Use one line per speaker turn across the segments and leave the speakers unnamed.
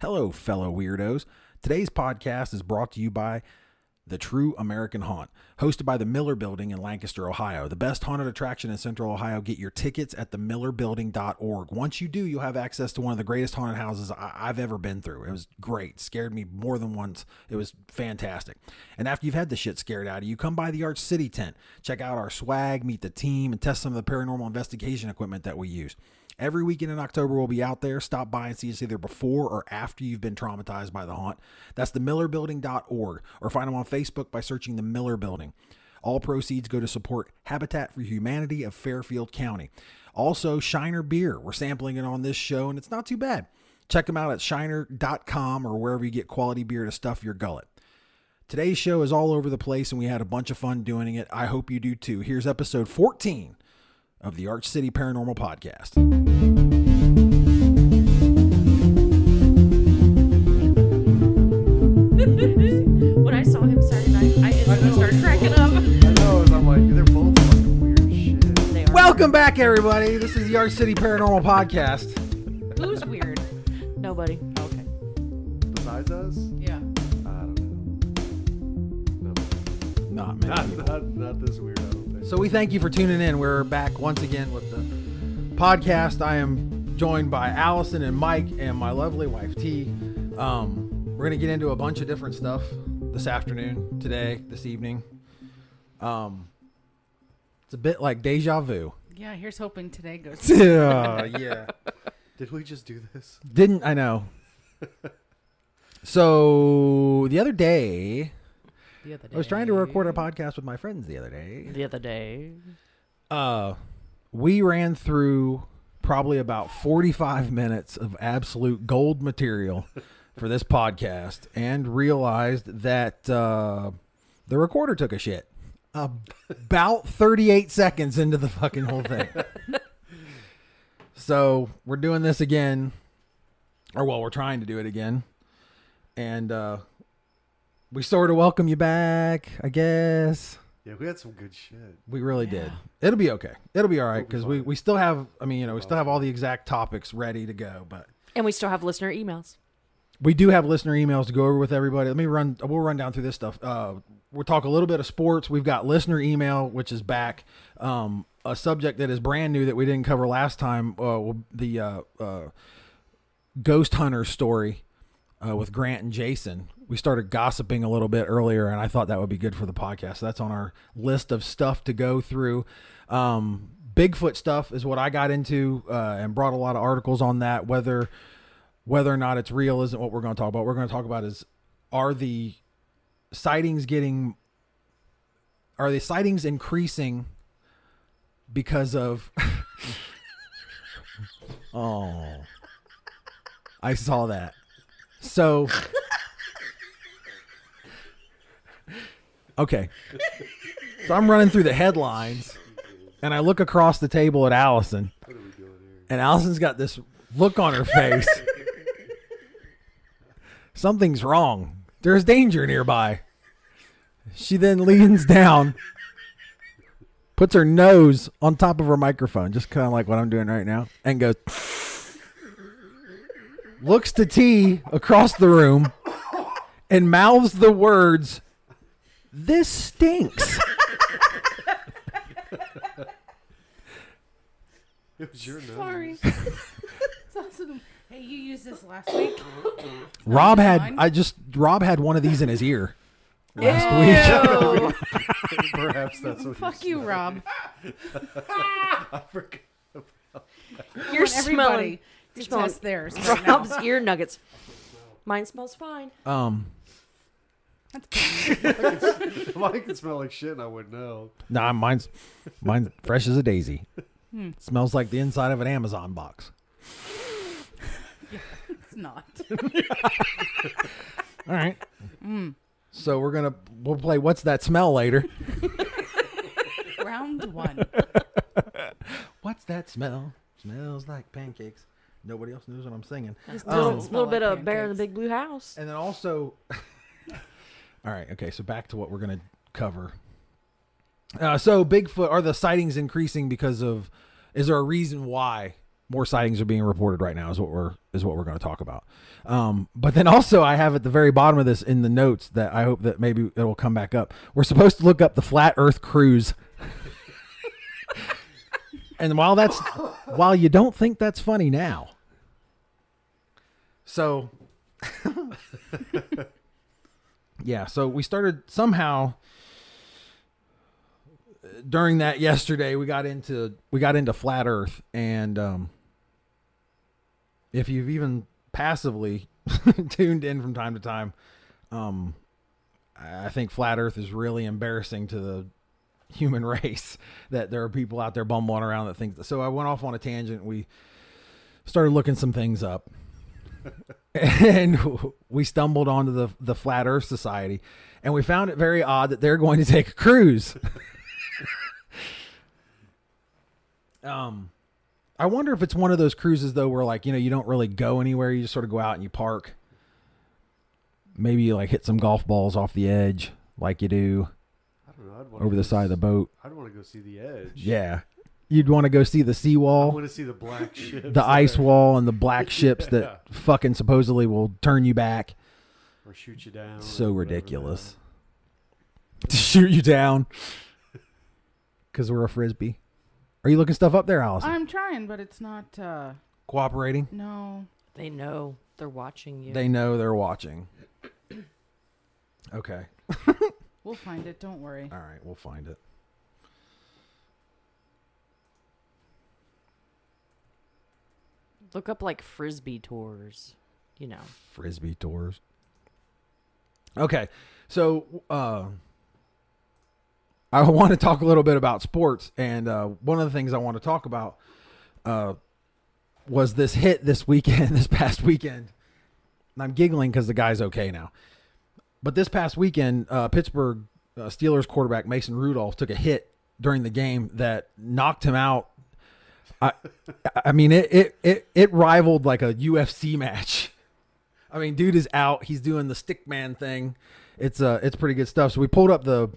Hello, fellow weirdos. Today's podcast is brought to you by The True American Haunt, hosted by the Miller Building in Lancaster, Ohio. The best haunted attraction in Central Ohio. Get your tickets at themillerbuilding.org. Once you do, you'll have access to one of the greatest haunted houses I- I've ever been through. It was great. Scared me more than once. It was fantastic. And after you've had the shit scared out of you, come by the Arch City tent. Check out our swag, meet the team, and test some of the paranormal investigation equipment that we use. Every weekend in October, we'll be out there. Stop by and see us either before or after you've been traumatized by the haunt. That's themillerbuilding.org or find them on Facebook by searching The Miller Building. All proceeds go to support Habitat for Humanity of Fairfield County. Also, Shiner Beer. We're sampling it on this show, and it's not too bad. Check them out at shiner.com or wherever you get quality beer to stuff your gullet. Today's show is all over the place, and we had a bunch of fun doing it. I hope you do too. Here's episode 14 of the Arch City Paranormal Podcast.
when I saw him Saturday night, I instantly started cracking up.
I know, and I'm like, they're both fucking weird shit.
They are
Welcome back, everybody. This is the Arch City Paranormal Podcast.
Who's weird? Nobody. Okay.
Besides us,
Yeah.
I don't know. No,
Not many
not,
people.
not, not this weird, I don't think.
So we thank you for tuning in. We're back once again with the podcast. I am joined by Allison and Mike and my lovely wife T. Um, we're gonna get into a bunch of different stuff this afternoon, today, this evening. Um, it's a bit like deja vu.
Yeah, here's hoping today goes.
Yeah, yeah.
Did we just do this?
Didn't I know? So the other day,
The other day.
I was trying to record a podcast with my friends the other day.
The other day.
Uh, we ran through probably about 45 minutes of absolute gold material for this podcast and realized that uh, the recorder took a shit about 38 seconds into the fucking whole thing. so we're doing this again, or well, we're trying to do it again. And uh, we sort of welcome you back, I guess.
Yeah, we had some good shit.
We really did. It'll be okay. It'll be all right
We'll be
because we,
fine.
we still have, I mean, you know, we still have all the exact topics ready to go, but
And we still have listener emails.
we do have listener emails to go over with everybody. Let me run, we'll run down through this stuff. Uh, we'll talk a little bit of sports. We've got listener email, which is back. Um, a subject that is brand new that we didn't cover last time uh, will- the uh, uh, ghost hunter story uh, with Grant and Jason. We started gossiping a little bit earlier, and I thought that would be good for the podcast. So that's on our list of stuff to go through. Um, Bigfoot stuff is what I got into uh, and brought a lot of articles on that. Whether whether or not it's real isn't what we're going to talk about. What we're going to talk about is are the sightings getting are the sightings increasing because of oh I saw that. So Okay. So I'm running through the headlines and I look across the table at Allison. And Allison's got this look on her face. Something's wrong. There's danger nearby. She then leans down, puts her nose on top of her microphone, just kind of like what I'm doing right now, and goes looks to T across the room and mouths the words, This stinks.
It was your nose.
Sorry. It's awesome. Hey, you used this last week.
Rob had
Mine?
I just Rob had one of these in his ear last week.
Ew.
Perhaps that's what
Fuck you, Rob.
I forgot.
You're
Everybody
smelling
to
smelling-
test theirs. right now.
Rob's ear nuggets. Mine smells fine.
Oh.
Um
Mine could smell like shit and I wouldn't know.
nah mine's mine's fresh as a daisy. Smells like the inside of an Amazon box.
It's not.
All right. So we're gonna we'll play what's that smell later.
Round one.
What's that smell? Smells like pancakes. Nobody else knows what I'm singing.
Just a
Um,
little,
Doesn't smell
little bit
like
of Bear in the
pancakes.
Big Blue House.
And then also, all right, okay, so back to what we're going to cover. Uh, so Bigfoot, are the sightings increasing because of, is there a reason why More sightings are being reported right now. Is what we're is what we're going to talk about. Um, but then also, I have at the very bottom of this in the notes that I hope that maybe it will come back up. We're supposed to look up the flat Earth cruise. and while that's while you don't think that's funny now, so yeah, so we started somehow during that yesterday we got into we got into flat earth and um if you've even passively tuned in from time to time um i I think flat earth is really embarrassing to the human race that there are people out there bumbling around that think so i went off on a tangent we started looking some things up and we stumbled onto the the flat earth society and we found it very odd that they're going to take a cruise um i wonder if it's one of those cruises though where like you know you don't really go anywhere you just sort of go out and you park maybe you like hit some golf balls off the edge like you do
I don't know. I'd wanna
over
go
the side of the
s-
boat
I'd want to go see the edge.
yeah you'd want to go see the
I
seawall
want to see the black ships.
the ice
there,
wall and the black ships that fucking supposedly will turn you back
Or shoot you down. or
so
whatever,
ridiculous to shoot you down because we're a frisbee are you looking stuff up there allison
I'm trying, but it's not. uh
cooperating
No.
They know they're watching you.
They know they're watching. Okay.
We'll find it. Don't worry.
All right. We'll find it.
Look up like frisbee tours. You know,
Frisbee tours. Okay. So, uh, I want to talk a little bit about sports. And uh, one of the things I want to talk about uh, was this hit this weekend, this past weekend. And I'm giggling because the guy's okay now. But this past weekend, uh, Pittsburgh uh, Steelers quarterback Mason Rudolph took a hit during the game that knocked him out. I, I mean, it, it it it rivaled like a UFC match. I mean, dude is out. He's doing the stick man thing. It's uh, it's pretty good stuff. So we pulled up the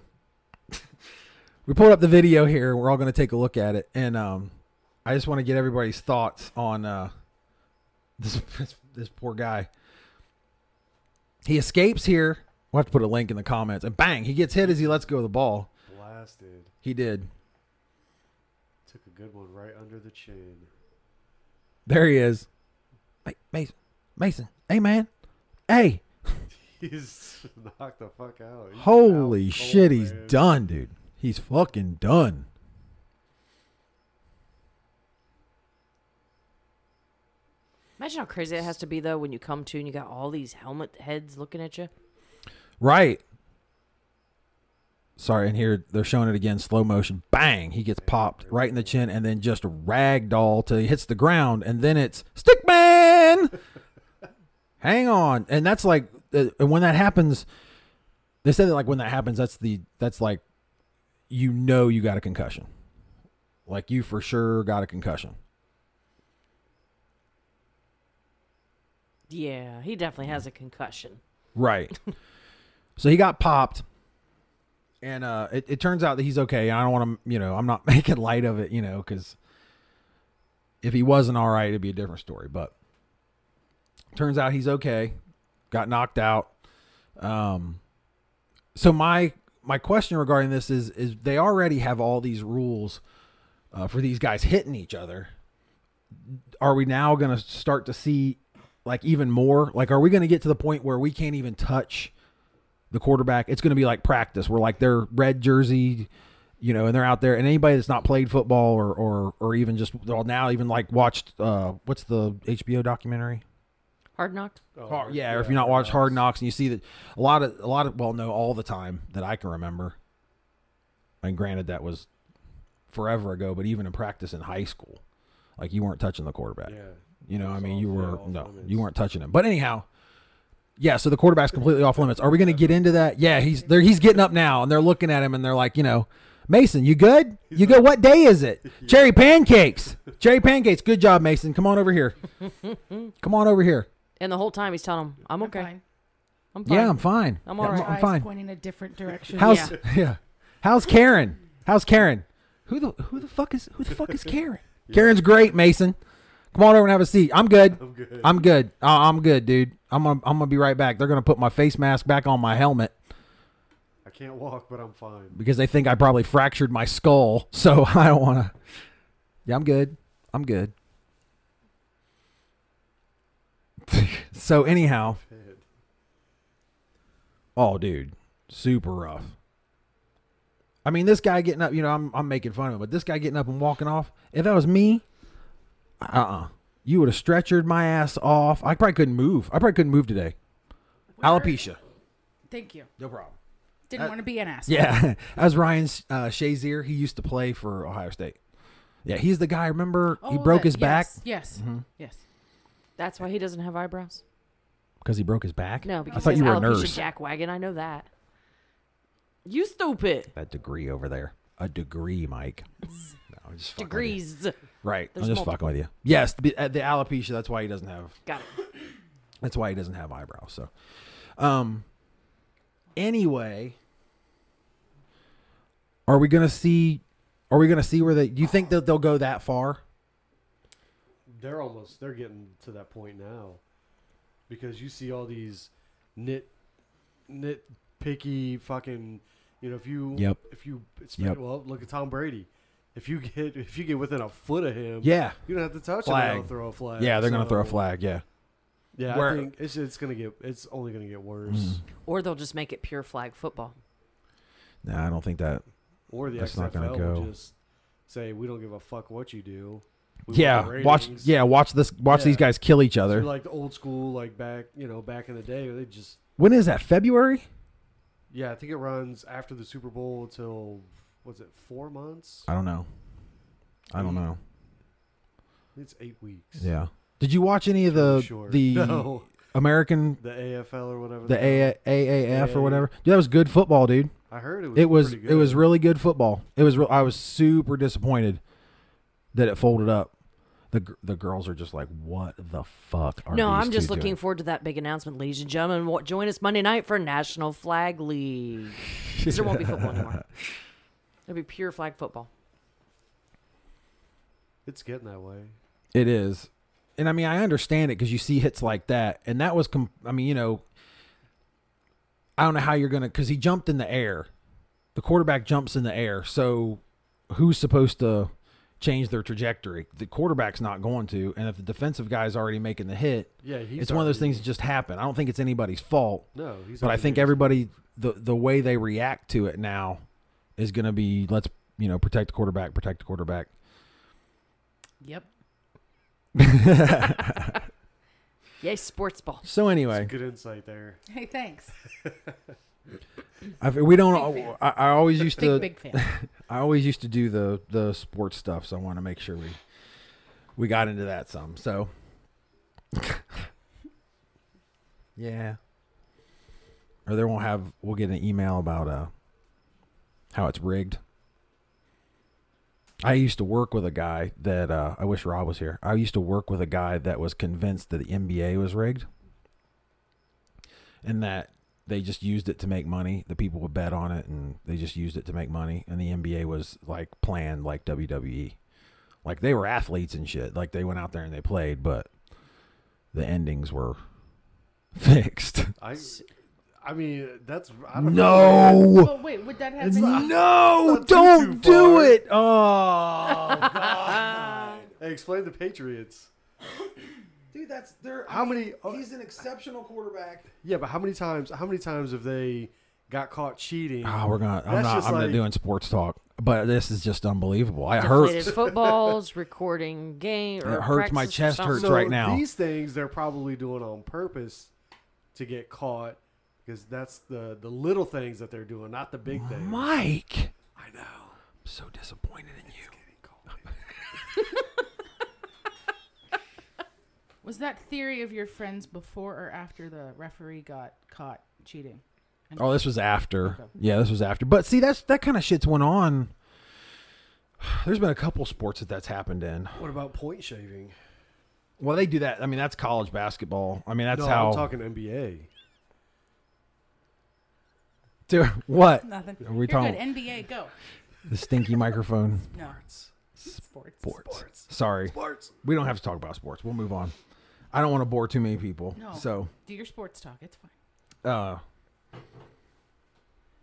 we pulled up the video here. We're all going to take a look at it, and um, I just want to get everybody's thoughts on uh, this this, this poor guy. He escapes here. We'll have to put a link in the comments, and bang, he gets hit as he lets go of the ball.
Blasted.
He did.
Took a good one right under the chin.
There he is. Ma- Mason, Mason, hey man, hey,
He's knocked the fuck out. He's
holy
out
shit,
cold,
he's
man.
done, dude. He's fucking done.
imagine how crazy it has to be though when you come to and you got all these helmet heads looking at you.
Right. Sorry, and here they're showing it again, slow motion. Bang! He gets popped right in the chin, and then just ragdoll till he hits the ground, and then it's stickman. Hang on, and that's like, uh, and when that happens, they said that like when that happens, that's the that's like, you know, you got a concussion, like you for sure got a concussion.
Yeah, he definitely has a concussion.
Right. so he got popped. And uh, it, it turns out that he's okay. I don't want to, you know, I'm not making light of it, you know, because if he wasn't all right, it'd be a different story. But turns out he's okay. Got knocked out. Um, so my my question regarding this is is they already have all these rules uh, for these guys hitting each other. Are we now going to start to see like even more? Like, are we going to get to the point where we can't even touch the quarterback? It's going to be like practice. We're like they're red jersey, you know, and they're out there. And anybody that's not played football or or or even just well now even like watched uh what's the HBO documentary?
Hard knock.
Oh,
Hard- yeah, or if you're not
Hard
watched Hard
Knocks.
Knocks and you see that a lot of a lot of well, no, all the time that I can remember. And granted, that was forever ago, but even in practice in high school, like you weren't touching the quarterback.
Yeah.
You know, I
It's
mean,
off,
you
yeah,
were
off
no,
limits.
you weren't touching him. But anyhow, yeah. So the quarterback's completely off limits. Are we going to get into that? Yeah, he's there. He's getting up now, and they're looking at him, and they're like, you know, Mason, you good? You good? What day is it? Cherry pancakes. Cherry pancakes. Good job, Mason. Come on over here. Come on over here.
And the whole time he's telling him, I'm okay. I'm fine.
fine.
Yeah, I'm fine.
I'm all
Yeah,
right.
I'm
Eyes
fine.
pointing a different direction.
How's yeah. How's Karen? How's Karen? Who the who the fuck is who the fuck is Karen? Karen's great, Mason. Come on over and have a seat. I'm good.
I'm good.
I'm good. I- I'm good, dude. I'm gonna, I'm gonna be right back. They're gonna put my face mask back on my helmet
I can't walk, but I'm fine.
because they think I probably fractured my skull. So I don't wanna. Yeah, I'm good. I'm good. so anyhow,
Pit.
oh, dude, super rough. I mean, this guy getting up. You know, I'm I'm making fun of him, but this guy getting up and walking off. If that was me, uh, uh you would have stretchered my ass off. I probably couldn't move. I probably couldn't move today. Alopecia.
Thank you.
No problem.
Didn't want to be an ass.
Uh, Yeah, that was Ryan uh, Shazier. He used to play for Ohio State. Yeah, he's the guy. Remember, he
Oh,
broke
that-
his back Mm-hmm.
yes, Yes. Yes.
That's why he doesn't have eyebrows.
because he broke his back.
No, because
I thought
he
you were
has
a
alopecia
nurse.
jackwagon. I know that. You stupid.
That degree over there, a degree, Mike. No, I'm just fucking with you.
Degrees.
Right,
There's
I'm just fucking with you. Yes, the, uh, the alopecia. That's why he doesn't have.
Got it.
That's why he doesn't have eyebrows. So, um. Anyway, are we gonna see? Are we gonna see where they? Do you think that they'll go that far?
They're almost. They're getting to that point now, because you see all these nit, nit picky fucking. You know, if you
Yep.
if you expect,
Yep.
well look at Tom Brady. If you get if you get within a foot of him,
Yeah,
you don't have to touch him.
Flag.
They'll throw a flag.
yeah, they're gonna throw a
So,
flag. Yeah.
Yeah,
Where-
I think it's it's gonna get it's only gonna get worse.
Mm.
Or they'll just make it pure flag football.
No, I don't think that.
Or the
That's
XFL
not gonna
will
go.
just say we don't give a fuck what you do. We want
yeah,
the
watch.
ratings."
Yeah, watch this. Watch
Yeah.
these guys kill each
So
other.
like the old school, like back you know back in the day, they just
when is that? February?
yeah. I think it runs after the Super Bowl till was it four months?
I don't know. I don't know.
It's eight weeks.
Yeah. Did you watch any of the
Sure.
the
no,
American
the AFL or whatever.
the A- AAF or
Yeah.
whatever? Dude, that was good football, dude.
I heard it was.
It was
pretty
it was
good.
really good football. It was real, I was super disappointed that it folded up. The gr- the girls are just like, what the fuck? Are
no,
these
I'm just
two
looking
doing?
forward to that big announcement, ladies and gentlemen. Wa- Join us Monday night for National Flag League. 'Cause there won't be football anymore. It'll be pure flag football.
It's getting that way.
It is. And I mean, I understand it because you see hits like that. And that was, com- I mean, you know, I don't know how you're going to, because he jumped in the air. The quarterback jumps in the air. So who's supposed to change their trajectory? The quarterback's not going to. And if the defensive guy's already making the hit,
Yeah, he's.
it's one of those
already-
things that just happen. I don't think it's anybody's fault.
No, he's.
But I
already
think
doing
everybody the the way they react to it now is going to be let's you know protect the quarterback, protect the quarterback.
Yep.
Yay, sports ball.
So
some
anyway,
good insight there.
Hey, thanks.
I, we don't.
Big fan.
I, I always used to.
Big, big fan.
I always used to do the the sports stuff, so I want to make sure we we got into that some. So, yeah. Or they won't have. We'll get an email about uh how it's rigged. I used to work with a guy that uh, I wish Rob was here. I used to work with a guy that was convinced that the NBA was rigged, and that they just used it to make money. The people would bet on it, and they just used it to make money. And the NBA was like planned like WWE, like they were athletes and shit. Like they went out there and they played, but the endings were fixed.
I. I mean, that's. I don't know.
No,
well, Oh, wait, would that happen?
no,
not too,
don't
too
do
far.
it. Oh,
Hey, explain the Patriots.
dude, that's there.
How many?
He's an exceptional quarterback.
Yeah, but how many times? How many times have they got caught cheating?
Oh, we're gonna. I'm
That's
not.
just
I'm not
like-
doing sports talk, but this is just unbelievable. It
Deflated
hurts.
footballs, recording game. Or
It hurts my
practice or
chest
something.
hurts right now.
These things they're probably doing on purpose to get caught because that's the the little things that they're doing, not the big things.
Mike,
I know.
I'm so disappointed in you.
Was that theory of your friends before or after the referee got caught cheating?
Oh, this was after. Yeah, this was after. But see, that's that kind of shit's went on. There's been a couple sports that that's happened in.
What about point shaving?
Well, they do that. I mean, that's college basketball. I mean, that's
no,
how.
I'm talking NBA.
Dude, what?
Nothing.
Are we
You're
talking
good. NBA, go.
the stinky microphone?
No. Sports.
Sports.
Sports.
Sorry.
Sports.
We don't have to talk about sports. We'll move on. I don't want to bore too many people.
No.
So,
Do your sports talk. It's fine.
uh,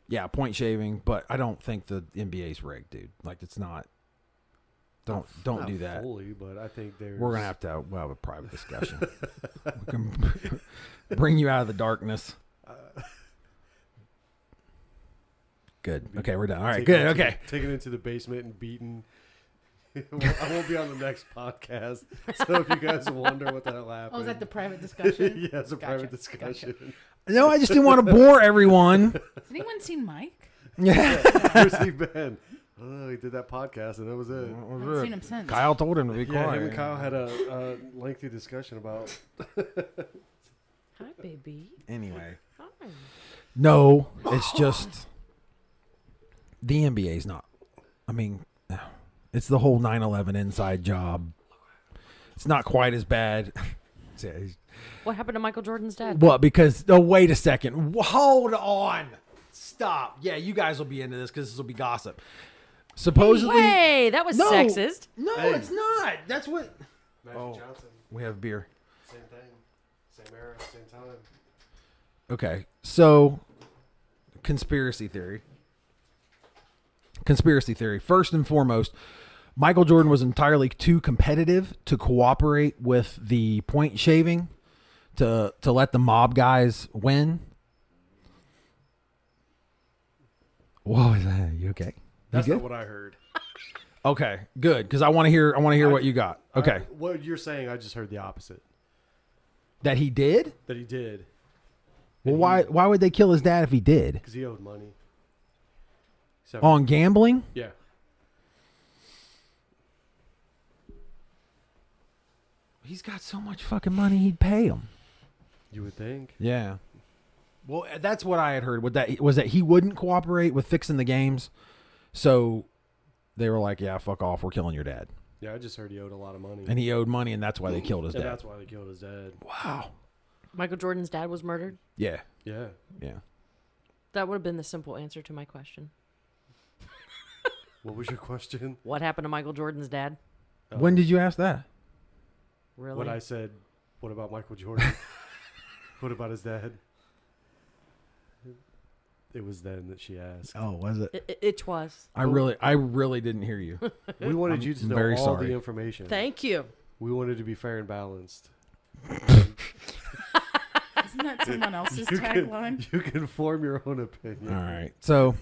yeah, point shaving, but I don't think the NBA's rigged, dude. Like, it's not. Don't don't
Not
do that.
fully, but I think there's.
We're gonna have to we'll have a private discussion. we can bring you out of the darkness. Good. Okay, we're done. All right.
Take
Good.
it to-
Okay.
Taken into the basement and beaten. I won't be on the next podcast. So if you guys wonder what the hell happened.
Oh, is that
Uh,
the private discussion?
yeah, it's a private
Gotcha, gotcha.
discussion.
No, I just didn't want to bore everyone.
Has anyone seen Mike?
Yeah.
Where's he been? I don't know. Oh, He did that podcast and that was it.
I haven't seen him since.
Kyle told him to be
Yeah,
quiet.
him and Kyle had a, a lengthy discussion about.
Hi, baby.
Anyway.
Hi.
No, it's just the NBA's not. I mean, it's the whole 9/11 inside job. It's not quite as bad.
What happened to Michael Jordan's dad?
What? Because oh, wait a second. W- Hold on. Stop. Yeah, you guys will be into this because this will be gossip. Supposedly,
Hey, that was
No.
sexist.
no,
Hey.
it's not. That's what
Magic
Oh.
Johnson,
we have beer.
same thing, same era, same time.
Okay, so conspiracy theory. Conspiracy theory. First and foremost, Michael Jordan was entirely too competitive to cooperate with the point shaving, to to let the mob guys win. What was that? You okay? You
That's
good?
not what I heard.
Okay, good. Because I want to hear. I want to hear what you got. Okay,
I- what you're saying, I just heard the opposite.
that he did.
That he did
Well, why why would they kill his dad if he did
because he owed money. So,
on gambling?
yeah.
He's got so much fucking money, he'd pay him.
You would think.
Yeah. Well, that's what I had heard. With that was that he wouldn't cooperate with fixing the games, so they were like, "Yeah, fuck off. We're killing your dad."
Yeah, I just heard he owed a lot of money.
And he owed money, and that's why they killed his
And
dad.
that's why they killed his dad.
Wow.
Michael Jordan's dad was murdered.
Yeah.
Yeah.
Yeah.
That would have been the simple answer to my question.
What was your question?
What happened to Michael Jordan's dad?
Uh,
When did you ask that?
Really?
when I said, "What about Michael Jordan? what about his dad?" It was then that she asked.
Oh, was
I- I- it was.
I really, I really didn't hear you.
We wanted you to know
very
all
sorry.
the information.
Thank you.
we wanted to be fair and balanced.
Isn't that someone else's
You can-
tagline?
You can form your own
All
opinion.
right. So.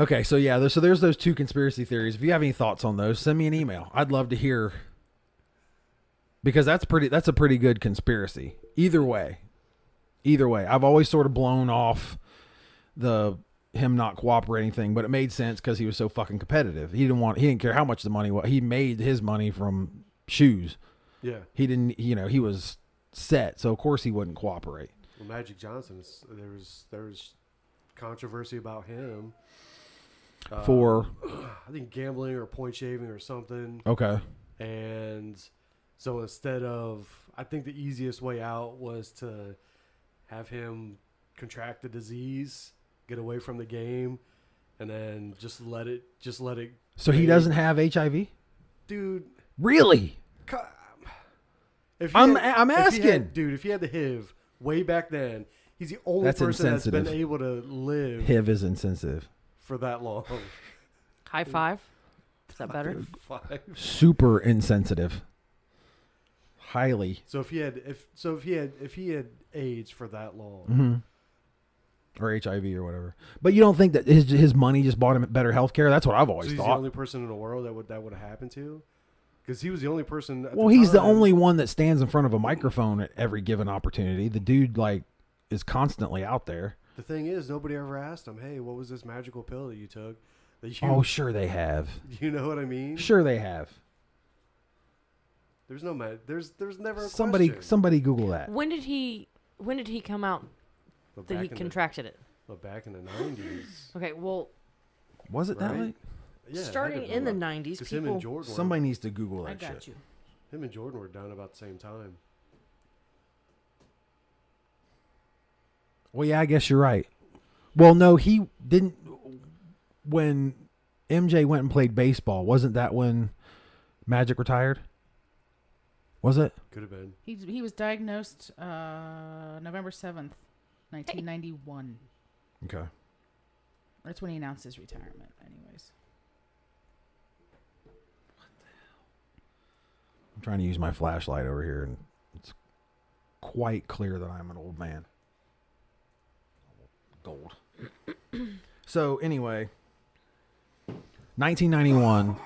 Okay, so yeah, there, so there's those two conspiracy theories. If you have any thoughts on those, send me an email. I'd love to hear because that's pretty that's a pretty good conspiracy. Either way. Either way, I've always sort of blown off the him not cooperating thing, but it made sense cuz he was so fucking competitive. He didn't want he didn't care how much the money was. He made his money from shoes.
Yeah.
He didn't, you know, he was set, so of course he wouldn't cooperate.
Well, Magic Johnson. is- There was there was controversy about him uh,
for
I think gambling or point shaving or something.
okay
And so instead of, I think the easiest way out was to have him contract the disease, get away from the game, and then just let it, just let it,
so he
Hey.
doesn't have hiv
dude.
really
co- If he
I'm-
had-
I'm
if he had-
asking.
dude. If he had the HIV way back then, he's the only
That's
person that's been
insensitive.
able to live
hiv is insensitive
for that long.
High five. Is that better?
Five.
super insensitive highly
So if he had, if so, if he had, if he had AIDS for that long,
or hiv or whatever but you don't think that his, his money just bought him better health care that's what i've
So
always
he's the
thought
only person in the world that would that would have happened to, because he was the only person. At
well he's the
time-
only one that stands in front of a microphone at every given opportunity the dude like is constantly out there
The thing is, nobody ever asked him, "Hey, what was this magical pill that you took?" That you,
oh sure they have
you know what I mean?
sure they have
There's no ma- There's there's never a
somebody
question.
somebody google that
When did he? When did he come out
But
that
back
he
in the-
contracted it?
but back in the nineties,
Okay. Well,
was it that
Right?
late
yeah,
starting in the
nineties,
'90s,
him
people.
and Jordan,
somebody needs to google that
I got
shit
you.
were, him and Jordan were down about the same time.
Well, yeah, I guess you're right. Well, no, he didn't. when MJ went and played baseball, wasn't that when Magic retired? Was it?
Could have been.
He, he was diagnosed uh, November 7th, 1991.
Okay.
That's when he announced his retirement, anyways.
I'm trying to use my flashlight over here, and it's quite clear that I'm an old man. Gold. so, anyway, 1991.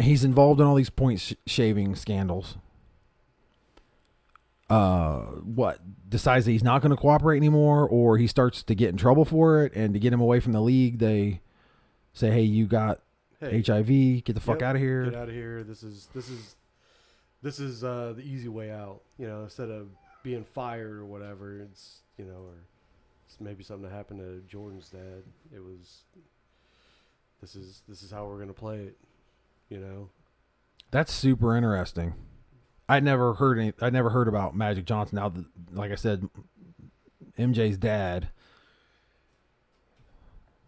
He's involved in all these point sh- shaving scandals. Uh, what decides that he's not going to cooperate anymore, or he starts to get in trouble for it, and to get him away from the league, they say, "Hey, you got
Hey,
HIV, get the fuck
Yep,
out of here.
Get out of here. This is this is this is uh, the easy way out. You know, instead of being fired or whatever, it's you know, or it's maybe something that happened to Jordan's dad. It was this is this is how we're gonna play it. You know,
That's super interesting. I never heard any. I never heard about Magic Johnson. Now, that, like I said, MJ's dad.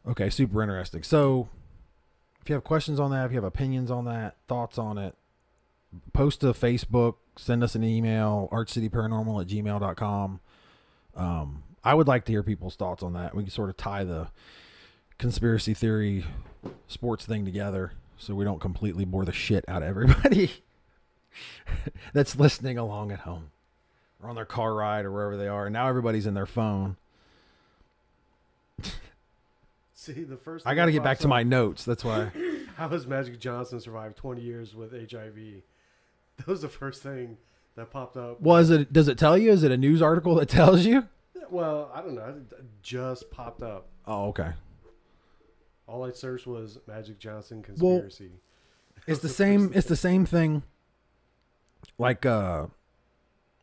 Okay, super interesting. So, if you have questions on that, if you have opinions on that, thoughts on it, post to Facebook, send us an email, archcityparanormal at gmail.com. Um, I would like to hear people's thoughts on that. We can sort of tie the conspiracy theory sports thing together so we don't completely bore the shit out of everybody that's listening along at home or on their car ride or wherever they are. And now everybody's in their phone.
see the first.
I
thing
got to
that
get back
pops
to
up,
my notes. That's why.
How has Magic Johnson survived 20 years with HIV? That was the first thing that popped up.
Was it? Does it tell you? Is it a news article that tells you?
Well, I don't know. It just popped up.
Oh, okay.
All I searched was Magic Johnson conspiracy.
It's the same. It's the same thing. Like, uh,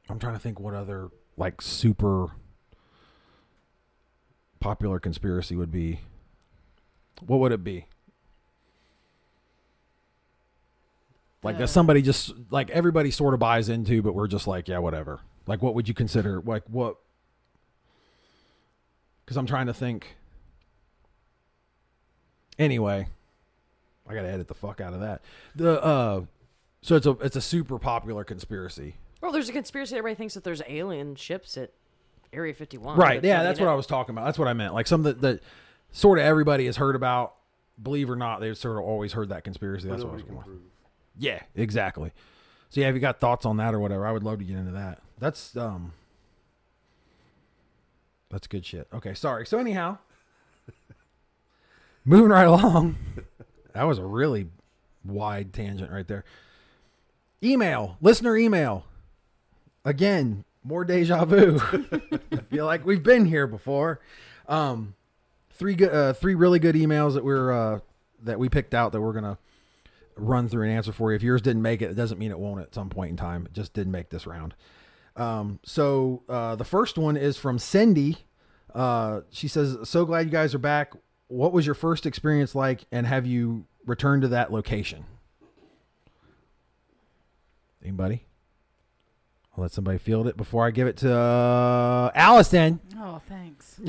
I'm trying to think what other like super popular conspiracy would be. What would it be? Like that somebody just like everybody sort of buys into, but we're just like, yeah, whatever. Like, what would you consider? Like, what? Because I'm trying to think. Anyway, I gotta edit the fuck out of that. The uh, so it's a it's a super popular conspiracy,
Well, there's a conspiracy. Everybody thinks that there's alien ships at Area 51.
right?
but,
Yeah,
mean,
that's what I was talking about. That's what I meant. Like some that that sort of everybody has heard about, believe or not, they've sort of always heard that conspiracy. That's what I was
Nobody
going.
can
with.
prove.
Yeah, exactly. So yeah, if you got thoughts on that or whatever, I would love to get into that. That's um, that's good shit. Okay, sorry. So anyhow, moving right along. That was a really wide tangent right there. Email, listener email. Again, more deja vu. I feel like we've been here before. Um, three good, uh, three really good emails that we're uh, that we picked out that we're gonna run through an answer for you. If yours didn't make it, it doesn't mean it won't at some point in time. It just didn't make this round. Um, so uh, the first one is from Cindy. Uh, she says, "So glad you guys are back. What was your first experience like, and have you returned to that location?" Anybody? I'll let somebody field it before I give it to uh, Allison.
Oh, thanks.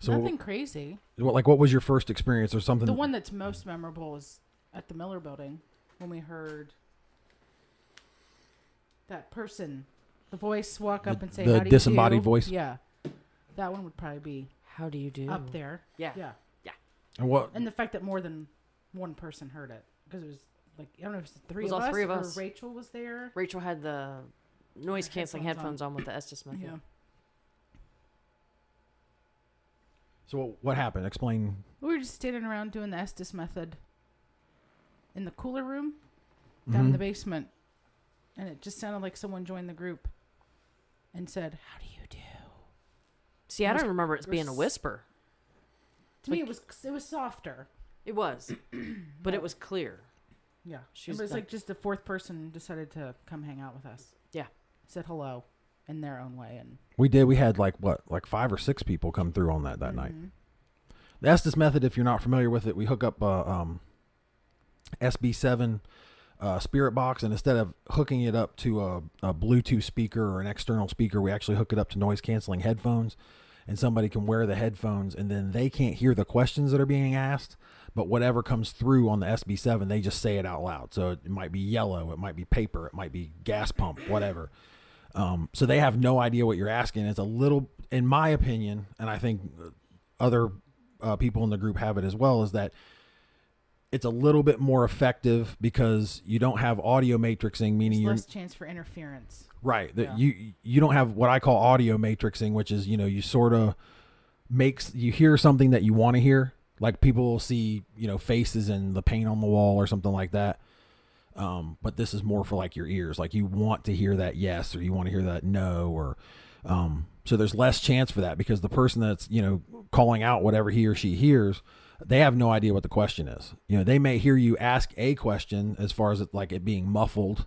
So,
Nothing crazy.
what, like, what was your first experience, or something?
The one that's most memorable is at the Miller building when we heard that person, the voice, walk up
The-
and say,
the
How do you
disembodied
do?"
voice?
Yeah. That one would probably be
How do you do?
up there.
Yeah.
Yeah.
and what?
And the fact that more than one person heard it because it was like, I don't know if it's the three,
was
of,
all
us
three of
or
us.
Rachel was there.
Rachel had the noise canceling
headphones
headphones, on. with the Estes method.
Yeah.
So, what, what happened? Explain.
We were just standing around doing the Estes method in the cooler room down
Mm-hmm.
in the basement. And it just sounded like someone joined the group and said, How do you do?
See, I don't remember it's being a
s-
whisper.
To me, it was it was softer.
It was, but it was clear.
Yeah.
She
it
was
was
like-
like just the fourth person decided to come hang out with us.
Yeah.
Said hello in their own way. And
We did. We had like what, like five or six people come through on that that
Mm-hmm.
night. The Estes method, if you're not familiar with it, we hook up uh, um, SB7 uh, spirit box, and instead of hooking it up to a, a Bluetooth speaker or an external speaker, we actually hook it up to noise canceling headphones, and somebody can wear the headphones, and then they can't hear the questions that are being asked, but whatever comes through on the SB7, they just say it out loud. So it might be yellow, it might be paper, it might be gas pump, whatever. Um, so they have no idea what you're asking. It's a little, in my opinion, and I think other uh, people in the group have it as well, is that it's a little bit more effective because you don't have audio matrixing, meaning
There's
you're
less chance for interference.
right that you you don't have what I call audio matrixing, which is you know you sort of makes you hear something that you want to hear. Like people will see you know faces and the paint on the wall or something like that. Um, but this is more for like your ears. Like you want to hear that yes or you want to hear that no or um, so there's less chance for that because the person that's you know calling out whatever he or she hears, they have no idea what the question is. You know they may hear you ask a question as far as it, like it being muffled,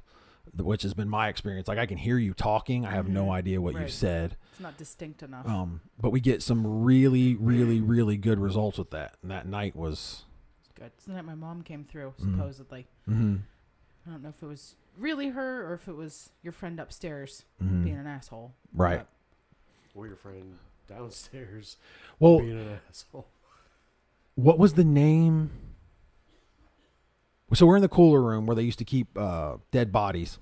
which has been my experience. Like I can hear you talking, I have no idea what
Right.
you've said.
It's not distinct enough.
Um, but we get some really, really, really good results with that. And that night was
It's good. It's the night my mom came through,
Mm-hmm.
supposedly.
mhm,
I don't know if it was really her or if it was your friend upstairs
Mm-hmm.
mhm,
being an asshole.
right.
Or your friend downstairs
Well,
being an asshole.
what was the name? So we're in the cooler room where they used to keep uh, dead bodies,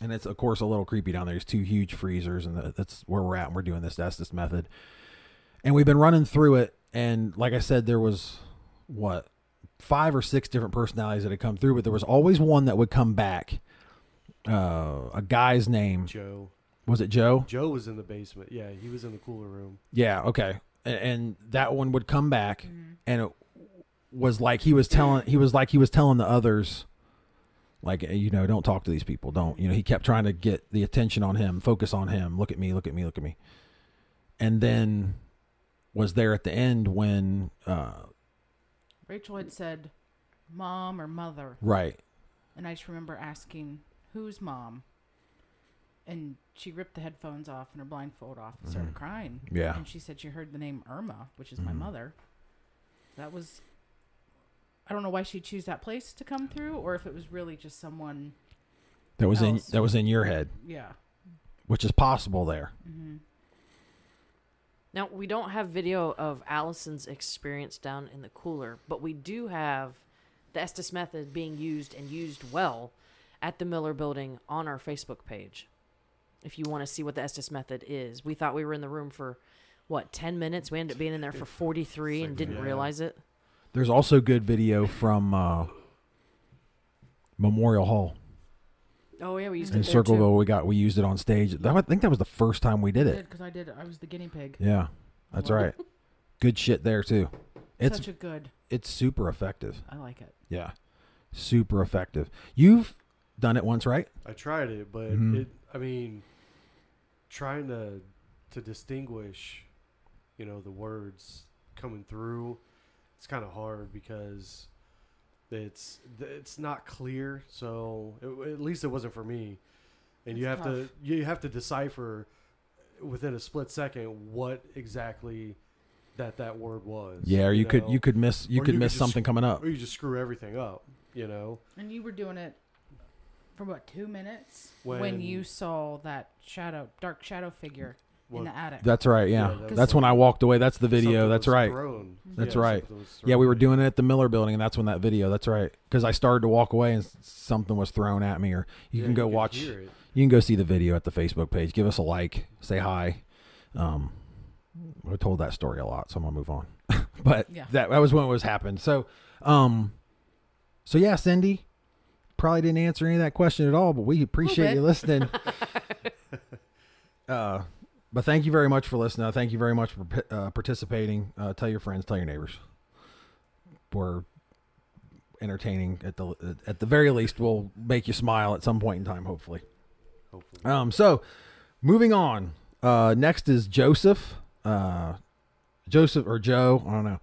and it's of course a little creepy down there. There's two huge freezers, and tha- that's where we're at. And we're doing this that's this method, and we've been running through it. And like I said, there was what five or six different personalities that had come through, but there was always one that would come back. Uh, a guy's name
Joe.
was it Joe?
Joe was in the basement. Yeah, he was in the cooler room.
Yeah, okay. And, and that one would come back,
Mm-hmm.
and it was like he was telling he was like he was telling the others, like eh, you know, don't talk to these people. Don't you know? He kept trying to get the attention on him, focus on him. Look at me, look at me, look at me. And then was there at the end when uh
Rachel had said, Mom or mother.
right
And I just remember asking, Who's mom? And she ripped the headphones off and her blindfold off and started crying.
Mm-hmm. yeah
And she said she heard the name Irma, which is my
Mhm.
mother. That was. I don't know why she chose that place to come through, or if it was really just someone.
that was in
else.
that was in your head,
Yeah.
which is possible there.
Now, we don't have video of Allison's experience down in the cooler, but we do have the Estes method being used and used well at the Miller building on our Facebook page. If you want to see what the Estes method is, we thought we were in the room for what, 10 minutes? We ended up being in there for 43 and didn't
Yeah.
realize it.
There's also good video from uh Memorial Hall.
Oh, yeah, we used
In
it. There too.
Circleville, we got we used it on stage. That- I think that was the first time we did
I
it.
did because I did. I was the guinea pig.
Yeah, that's
Wow.
right. Good shit there too. It's
Such a good.
it's super effective.
I like it.
Yeah, super effective. You've done it once, right?
I tried it, but
Mhm.
it. I mean, trying to to distinguish, you know, the words coming through, it's kind of hard because it's th- it's not clear. So it, at least it wasn't for me, and you
It's
have to you have to decipher within a split second what exactly that that word was.
Yeah, or you, could
know?
you could miss you
Or
could
you could
miss
just-
something coming up.
or you just screw everything up. You know,
And you were doing it for what two minutes when,
When-
you saw that shadow, dark shadow figure in
Well,
the attic.
That's right. Yeah,
Yeah, that was
that's when I walked away. That's the video.
Something
That's
was
right.
thrown.
That's
Yeah,
right.
something was
Yeah, we were
thrown.
doing it at the Miller Building, and that's when that video. That's right. Because I started to walk away, and s- something was thrown at me. Or you
Yeah,
can go watch.
hear it.
you can go see the video at the Facebook page. Give us a like, say hi. Um, I told that story a lot, so I'm gonna move on. but
Yeah.
that that was when it was happened. So, um, so yeah, Cindy probably didn't answer any of that question at all, but we appreciate
bit.
you listening. uh, but thank you very much for listening. Thank you very much for pa- uh, participating. Uh, tell your friends, tell your neighbors. We're entertaining at the at the very least. We'll make you smile at some point in time, hopefully.
Hopefully.
Um, so moving on. Uh, next is Joseph. Uh, Joseph or Joe, I don't know.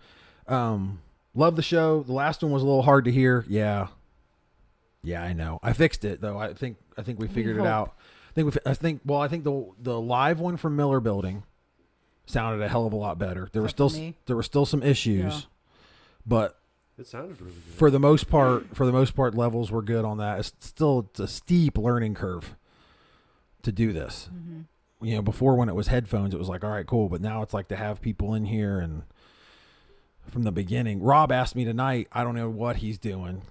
Um, love the show. The last one was a little hard to hear. Yeah, yeah, I know. I fixed it though. I think I think we figured it
hope.
out. I think we. fi- I think. Well, I think the the live one from Miller Building sounded a hell of a lot better. There were
Except for
still s-
me.
there were still some issues,
Yeah.
but
It sounded really good.
for the most part, for the most part, levels were good on that. It's still it's a steep learning curve to do this. You know, before when it was headphones, it was like, all right, cool. But now it's like to have people in here and from the beginning. Rob asked me tonight. I don't know what he's doing,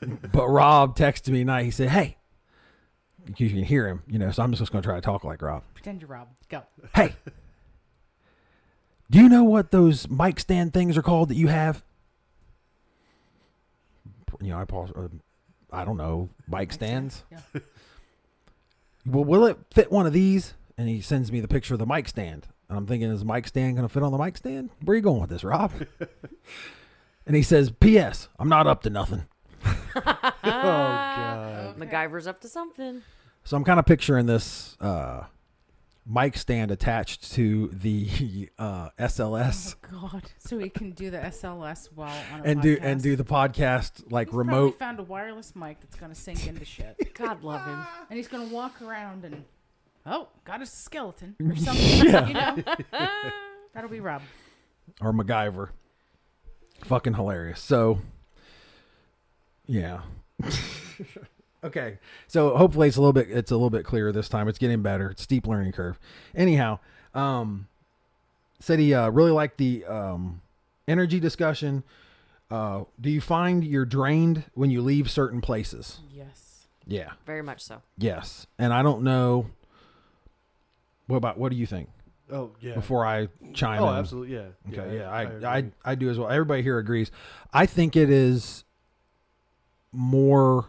but Rob texted me tonight. He said, "Hey." You can hear him, you know. So I'm just going to try to talk like Rob.
Pretend you're Rob. Go.
Hey, do you know what those mic stand things are called that you have? You know, I pause. Uh, I don't know. Mic stands.
Yeah.
Well, will it fit one of these? And he sends me the picture of the mic stand. And I'm thinking, is the mic stand going to fit on the mic stand? Where are you going with this, Rob? and he says, P.S. I'm not up to nothing.
Ah,
oh
Oh,
god.
MacGyver's up to something.
So I'm kind of picturing this uh, mic stand attached to the uh, SLS.
God. So he can do the SLS while on a
and
podcast.
do and do the podcast like
He's probably
remote.
found a wireless mic that's gonna sink into shit,
God love him.
and he's gonna walk around and oh, got us a skeleton or something. You know, that'll be Rob.
or MacGyver. Fucking hilarious. So, yeah. okay. So hopefully it's a little bit it's a little bit clearer this time. It's getting better. It's steep learning curve. Anyhow, um, said he uh, really liked the um, energy discussion. Uh, do you find you're drained when you leave certain places?
Yes.
Yeah.
Very much so.
Yes. And I don't know. What about what do you think?
Oh yeah.
Before I chime
oh,
in.
absolutely. Yeah.
Okay, yeah,
agree.
I, I, I, do as well. Everybody here agrees. I think it is more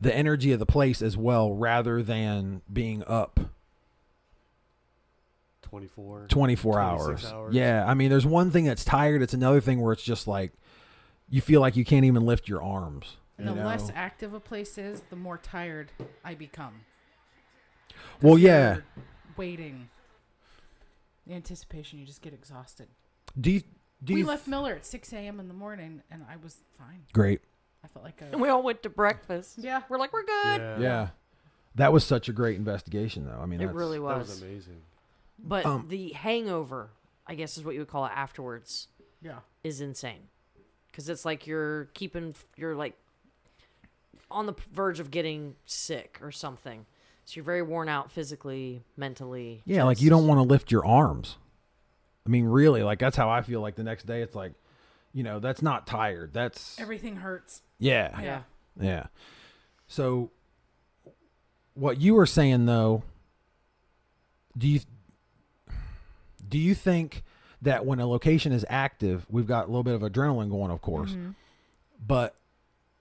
the energy of the place as well, rather than being up
24.
24
26
hours.
hours.
Yeah, I mean, there's one thing that's tired. It's another thing where it's just like you feel like you can't even lift your arms.
And
you
the less
know?
active a place is, the more tired I become.
well, yeah.
Waiting. The anticipation, you just get exhausted.
Do you do
we
you
left Miller at 6 a.m. in the morning, and I was fine.
great?
I felt like
And
a
we all went to breakfast.
yeah.
We're like, we're good.
Yeah.
Yeah, that was such a great investigation, though. I mean,
It
that's-
really
That
was.
was amazing.
But
Um,
the hangover, I guess, is what you would call it afterwards,
Yeah.
is insane. Because it's like you're keeping, you're like on the verge of getting sick or something. So you're very worn out physically, mentally.
Yeah, like you
just-
don't want to lift your arms. I mean, really, like that's how I feel. Like the next day, it's like, you know, that's not tired. That's
Everything hurts.
yeah,
Yeah.
yeah. So, what you were saying though, do you do you think that when a location is active, we've got a little bit of adrenaline going, of course, but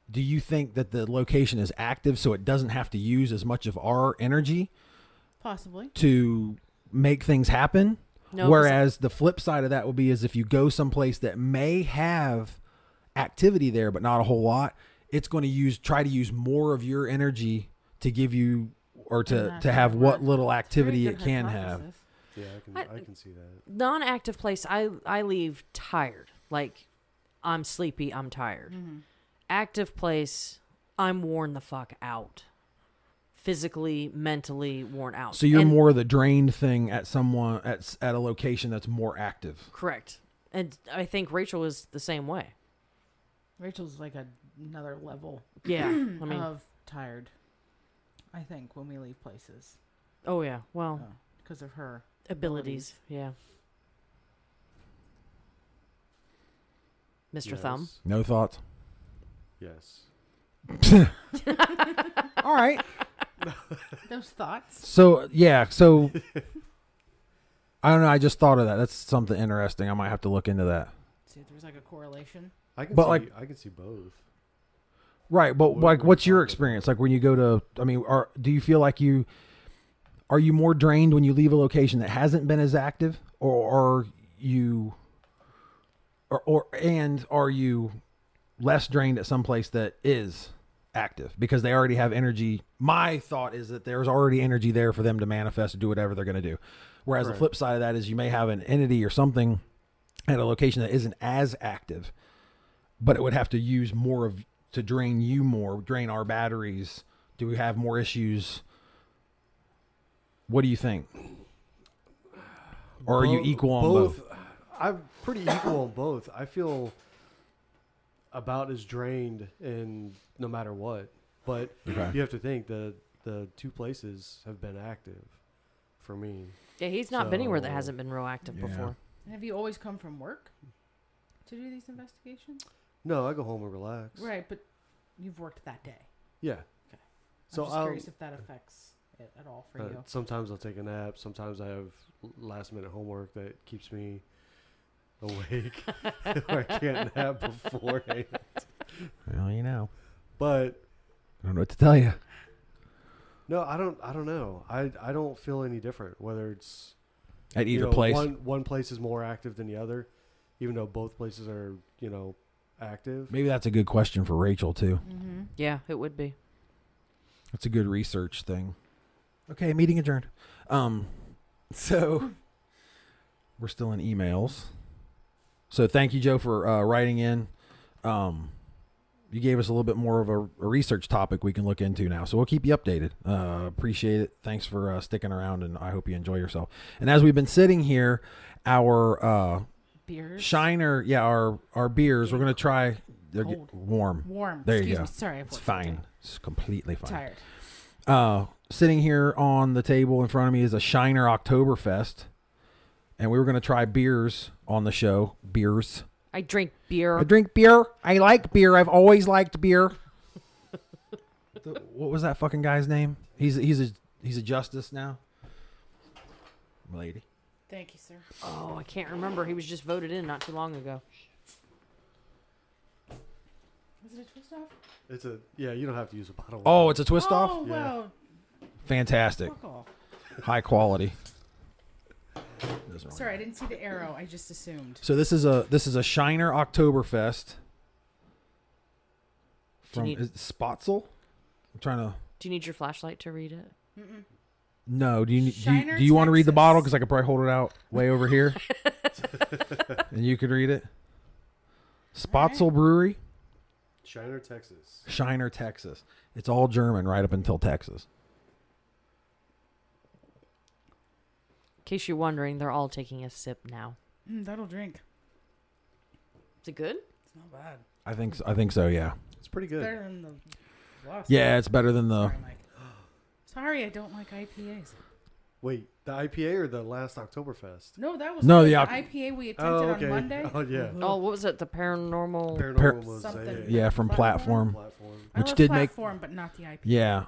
do you think that the location is active so it doesn't have to use as much of our energy?
Possibly.
to make things happen.
No, 'cause-
Whereas the flip side of that would be is if you go someplace that may have activity there but not a whole lot, it's going to use try to use more of your energy to give you or to
not
to have
gonna
what
work.
little activity
Very
it
good
can have.
hypothesis.
Yeah, I can
I-
I, can see that.
non-active place i i leave tired like i'm sleepy i'm tired active place i'm worn the fuck out physically mentally worn out
So you're
And-
more the drained thing at someone at s- at a location that's more active.
correct and i think rachel is the same way
Rachel's like a, another level
yeah i mean
of tired, I think, when we leave places
oh yeah well
because of her.
abilities. yeah mr thumb
Yes.
No thoughts.
Yes.
All right.
Those thoughts.
So yeah, so I don't know. I just thought of that. That's something interesting. I might have to look into that.
See if there's like a correlation.
I can
But,
see
like-
I can see both.
Right, but
What
like,
we're
what's your
talking
experience? Like when you go to, I mean, are do you feel like you are you more drained when you leave a location that hasn't been as active, or are you, or or and are you less drained at some place that is active because they already have energy? My thought is that there's already energy there for them to manifest and do whatever they're going to do. Whereas the
Right.
flip side of that is you may have an entity or something at a location that isn't as active but it would have to use more of to drain you more, drain our batteries. Do we have more issues? What do you think? Or are you
Bo-
equal on both?
both? I'm pretty equal on both. I feel about as drained in no matter what. But
Okay.
you have to think the the two places have been active for me.
Yeah, he's not been anywhere that
So-
hasn't been real active
Yeah.
before.
Have you always come from work to do these investigations?
No, I go home and relax.
Right, but you've worked that day.
Yeah. So
I'm just
I'll-
curious if that affects it at all for
Uh,
you.
sometimes I'll take a nap. Sometimes I have last minute homework that keeps me awake. where I can't nap before.
Well, you know,
But
I don't know what to tell you.
no, I don't. I don't know. I I don't feel any different whether it's
At either
you know,
place,
One one place is more active than the other, even though both places are you know active.
maybe that's a good question for Rachel too.
Mm-hmm.
Yeah, it would be.
That's a good research thing. Okay, meeting adjourned. Um, so we're still in emails. So thank you, Joe, for uh, writing in. Um, you gave us a little bit more of a, a research topic we can look into now. So we'll keep you updated. Uh, appreciate it. Thanks for uh, sticking around, and I hope you enjoy yourself. And as we've been sitting here, our uh,
Beers.
Shiner, yeah, our our beers. We're gonna try. They're get-
Cold.
warm.
Warm.
There you
Excuse
go.
Me. Sorry, I've
It's
worked all day.
fine. It's completely fine.
Tired.
Uh, sitting here on the table in front of me is a Shiner Oktoberfest, and we were gonna try beers on the show. Beers.
I drink beer.
I drink beer. I like beer. I've always liked beer. The- what was that fucking guy's name? He's he's a he's a justice now. Lady.
Thank you, sir.
oh, I can't remember. He was just voted in not too long ago.
Is it a twist off?
It's a yeah. You don't have to use a bottle.
Oh, it's a twist
Oh
off.
Yeah.
well,
Fantastic.
fuck all.
High quality.
Sorry, I didn't see the arrow. I just assumed.
So this is a this is a Shiner Oktoberfest from
need-
is it Spotzel. I'm trying to.
Do you need your flashlight to read it?
No, do you do you,
Shiner,
do you want to read the
Texas.
bottle? Because I could probably hold it out way over here, and you could read it. Spotzel Brewery,
Shiner, Texas.
Shiner, Texas. It's all German right up until Texas.
In case you're wondering, they're all taking a sip now.
Mm, that'll drink.
Is it good?
It's not bad.
I think s- I think so. Yeah,
It's pretty good.
Better than the last.
yeah. It's uh, better than the
Sorry, Mike. Sorry, I don't like IPAs.
Wait, the IPA or the last Oktoberfest?
No, that was
No,
good.
the
the
op-
IPA we attempted
Oh, okay.
on Monday. Mm-hmm.
Oh yeah.
Oh, what was it? The paranormal.
Paranormal
Par-
Mosaic
Something.
yeah from platform,
platform.
I
which
love
did make
platform, but not the IPA.
yeah.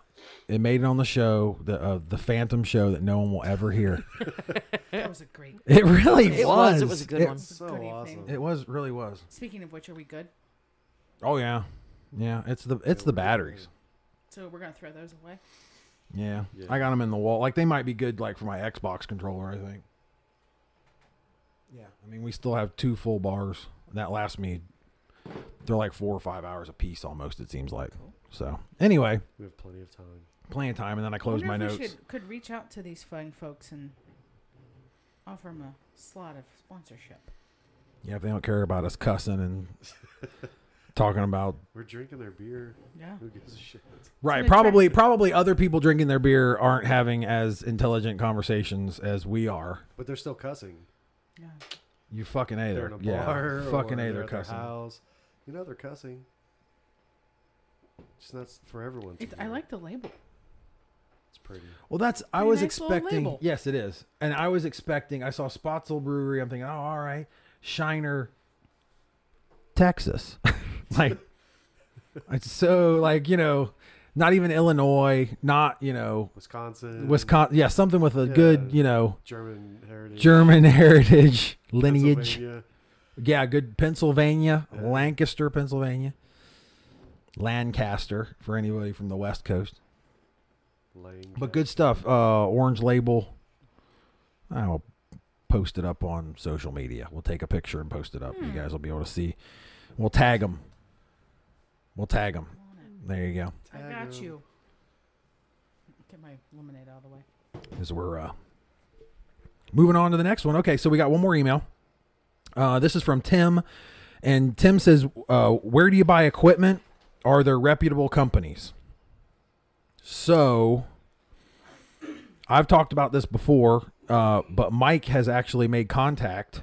It made it on the show, the uh, the Phantom show that no one will ever hear.
That was a great,
It really
It was. It was a good one.
So
Good evening.
awesome.
It was really was.
Speaking of which, are we good?
Oh yeah, yeah. It's the it's the batteries.
So we're gonna throw those away.
Yeah.
Yeah.
I got them in the wall. Like they might be good like for my Xbox controller. I think. Yeah, I mean we still have two full bars that lasts me. They're like four or five hours a piece almost. It seems like. So anyway,
We have plenty of time.
plenty of time, and then I close my
Wonder if
notes.
we should, could reach out to these fine folks and offer them a slot of sponsorship.
Yeah, if they don't care about us cussing and talking about
We're drinking their beer.
Yeah.
Who gives a shit?
Right,
It's
probably probably other people drinking their beer aren't having as intelligent conversations as we are.
But they're still cussing.
Yeah.
You fucking a
They're
they're
in a
yeah,
bar.
fucking
or
a
they're
they're
at their
cussing.
House. You know they're cussing. It's not s- for everyone. to
It, I
hear.
like the label.
It's pretty.
Well, that's I
Pretty
was
nice little
expecting.
label.
Yes, it is, and I was expecting. I saw Spotzel Brewery. I'm thinking, oh, all right, Shiner, Texas, like it's so like you know, not even Illinois, not you know
Wisconsin.
Wisconsin. Yeah, something with a good
Yeah.
you know
German heritage.
German heritage lineage.
Pennsylvania.
Yeah, good Pennsylvania,
Yeah.
Lancaster, Pennsylvania, Lancaster for anybody from the West Coast.
Lancaster.
But good stuff. Uh, Orange Label. I'll post it up on social media. We'll take a picture and post it up. You guys will be able to see. We'll tag them. We'll tag them.
Want it.
There you go.
I
Tag
got
'em.
you. Get my lemonade out of the way.
As we're uh, moving on to the next one. Okay, so we got one more email. Uh, this is from Tim, and Tim says, uh, "Where do you buy equipment? Are there reputable companies?" So, I've talked about this before, uh, but Mike has actually made contact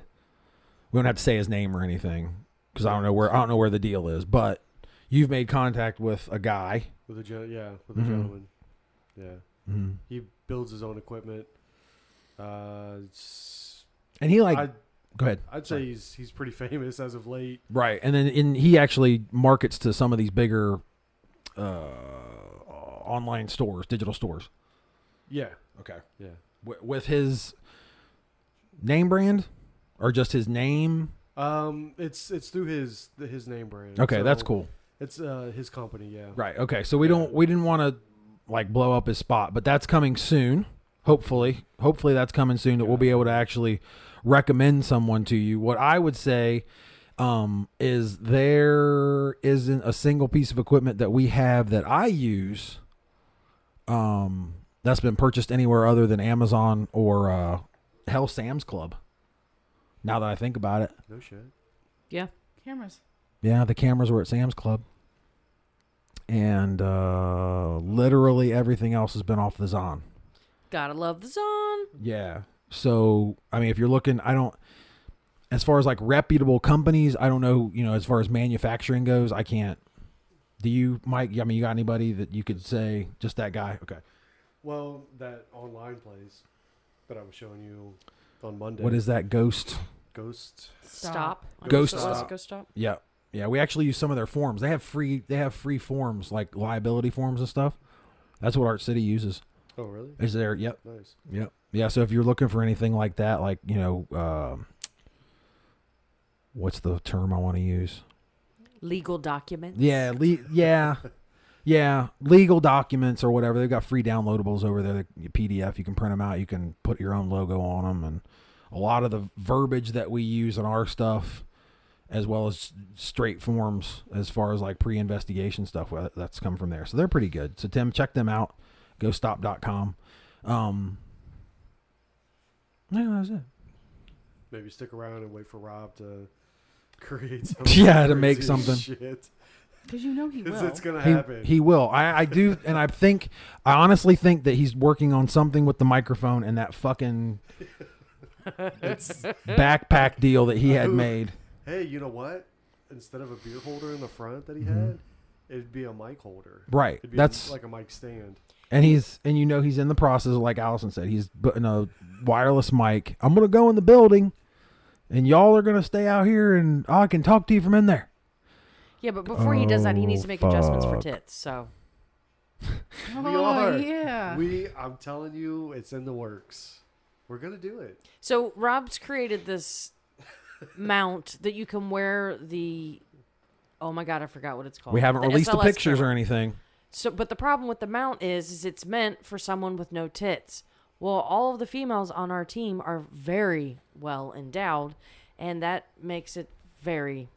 We don't have to say his name or anything because I don't know where I don't know where the deal is. But you've made contact with a guy.
with a gen- yeah with a
Mhm.
gentleman. Yeah,
Mm-hmm.
he builds his own equipment. Uh, s-
And he like
I'd,
go ahead
I'd
sorry.
say he's he's pretty famous as of late.
right, and then in he actually markets to some of these bigger uh, online stores, digital stores.
Yeah,
Okay,
yeah.
Wi with his name brand or just his name.
Um, it's it's through his his name brand.
Okay, that's
so
cool.
It's uh his company. Yeah.
Right. Okay. So we don't we didn't want to like blow up his spot, but that's coming soon. Hopefully, hopefully that's coming soon that we'll be able to actually recommend someone to you. What I would say um, is there isn't a single piece of equipment that we have that I use um, that's been purchased anywhere other than Amazon or uh, Hell Sam's Club. Now that I think about it,
No shit.
Cameras.
yeah, the cameras were at Sam's Club. And uh, literally everything else has been off the Zon.
Gotta love the Zon.
Yeah. So, I mean, if you're looking, I don't, as far as like reputable companies, I don't know, you know, as far as manufacturing goes, I can't. Do you, Mike? I mean, you got anybody that you could say just that guy? Okay.
Well, that online place that I was showing you on Monday.
What is that ghost?
Ghost?
Stop.
Ghost
That's what it was,
Stop.
Ghost stop.
Yeah. Yeah. We actually use some of their forms. They have free, they have free forms like liability forms and stuff. That's what Art City uses.
Oh, really?
Is there? Yep.
Nice.
Yep. Yeah. So if you're looking for anything like that, like you know, um what's the term I want to use?
Legal documents.
Yeah. Le- yeah. Yeah. Legal documents or whatever. They've got free downloadables over there. The PDF. You can print them out. You can put your own logo on them, and a lot of the verbiage that we use in our stuff, as well as straight forms, as far as like pre-investigation stuff, well, that's come from there. So they're pretty good. So Tim, check them out. GoStop.com. Um, yeah, that's it.
Maybe stick around and wait for Rob to create some
Yeah, to make
crazy
something.
Shit.
Because you know he
'Cause
will.
It's going to happen.
He, he will. I, I do, and I think I honestly think that he's working on something with the microphone and that fucking backpack deal that he had made.
hey, you know what? Instead of a beer holder in the front that he had, it'd be a mic holder.
Right.
It'd
Mm-hmm.
be
That's
like a mic stand.
and he's and you know he's in the process. Like Allison said, he's putting a wireless mic. I'm gonna go in the building, and y'all are gonna stay out here, and I can talk to you from in there.
Yeah, but before he does that, he needs to make adjustments for
fuck.
tits. So
oh,
we are.
yeah.
We, I'm telling you, it's in the works. We're going to do it.
So Rob's created this mount that you can wear the oh my god, I forgot what it's called.
We haven't released the
SLS
pictures
camera.
or anything.
So but the problem with the mount is is it's meant for someone with no tits. Well, all of the females on our team are very well endowed, and that makes it very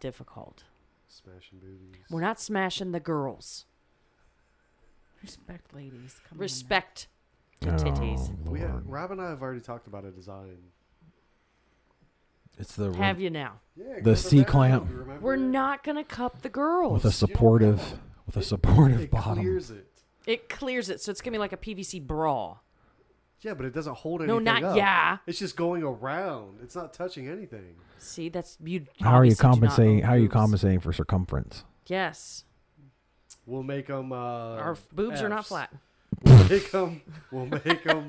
difficult.
Smashing boobies.
We're not smashing the girls.
Respect, ladies. Come on now.
Respect to titties.
Oh,
We have,
Lord.
Rob and I have already talked about a design.
it's the
Have you now?
Yeah,
The C-clamp.
We're not gonna cup the girls.
with a supportive with a supportive
It
bottom.
clears it.
it clears it, so it's gonna be like a PVC bra.
Yeah, but it doesn't hold
No,
anything.
not
up.
yeah.
It's just going around. It's not touching anything.
See, that's you.
How are you
obviously do not
compensating?
own
How are you
boobs.
compensating for circumference?
Yes,
We'll make them. Uh,
our f- boobs are not
Fs.
flat.
We'll make them. We'll make them.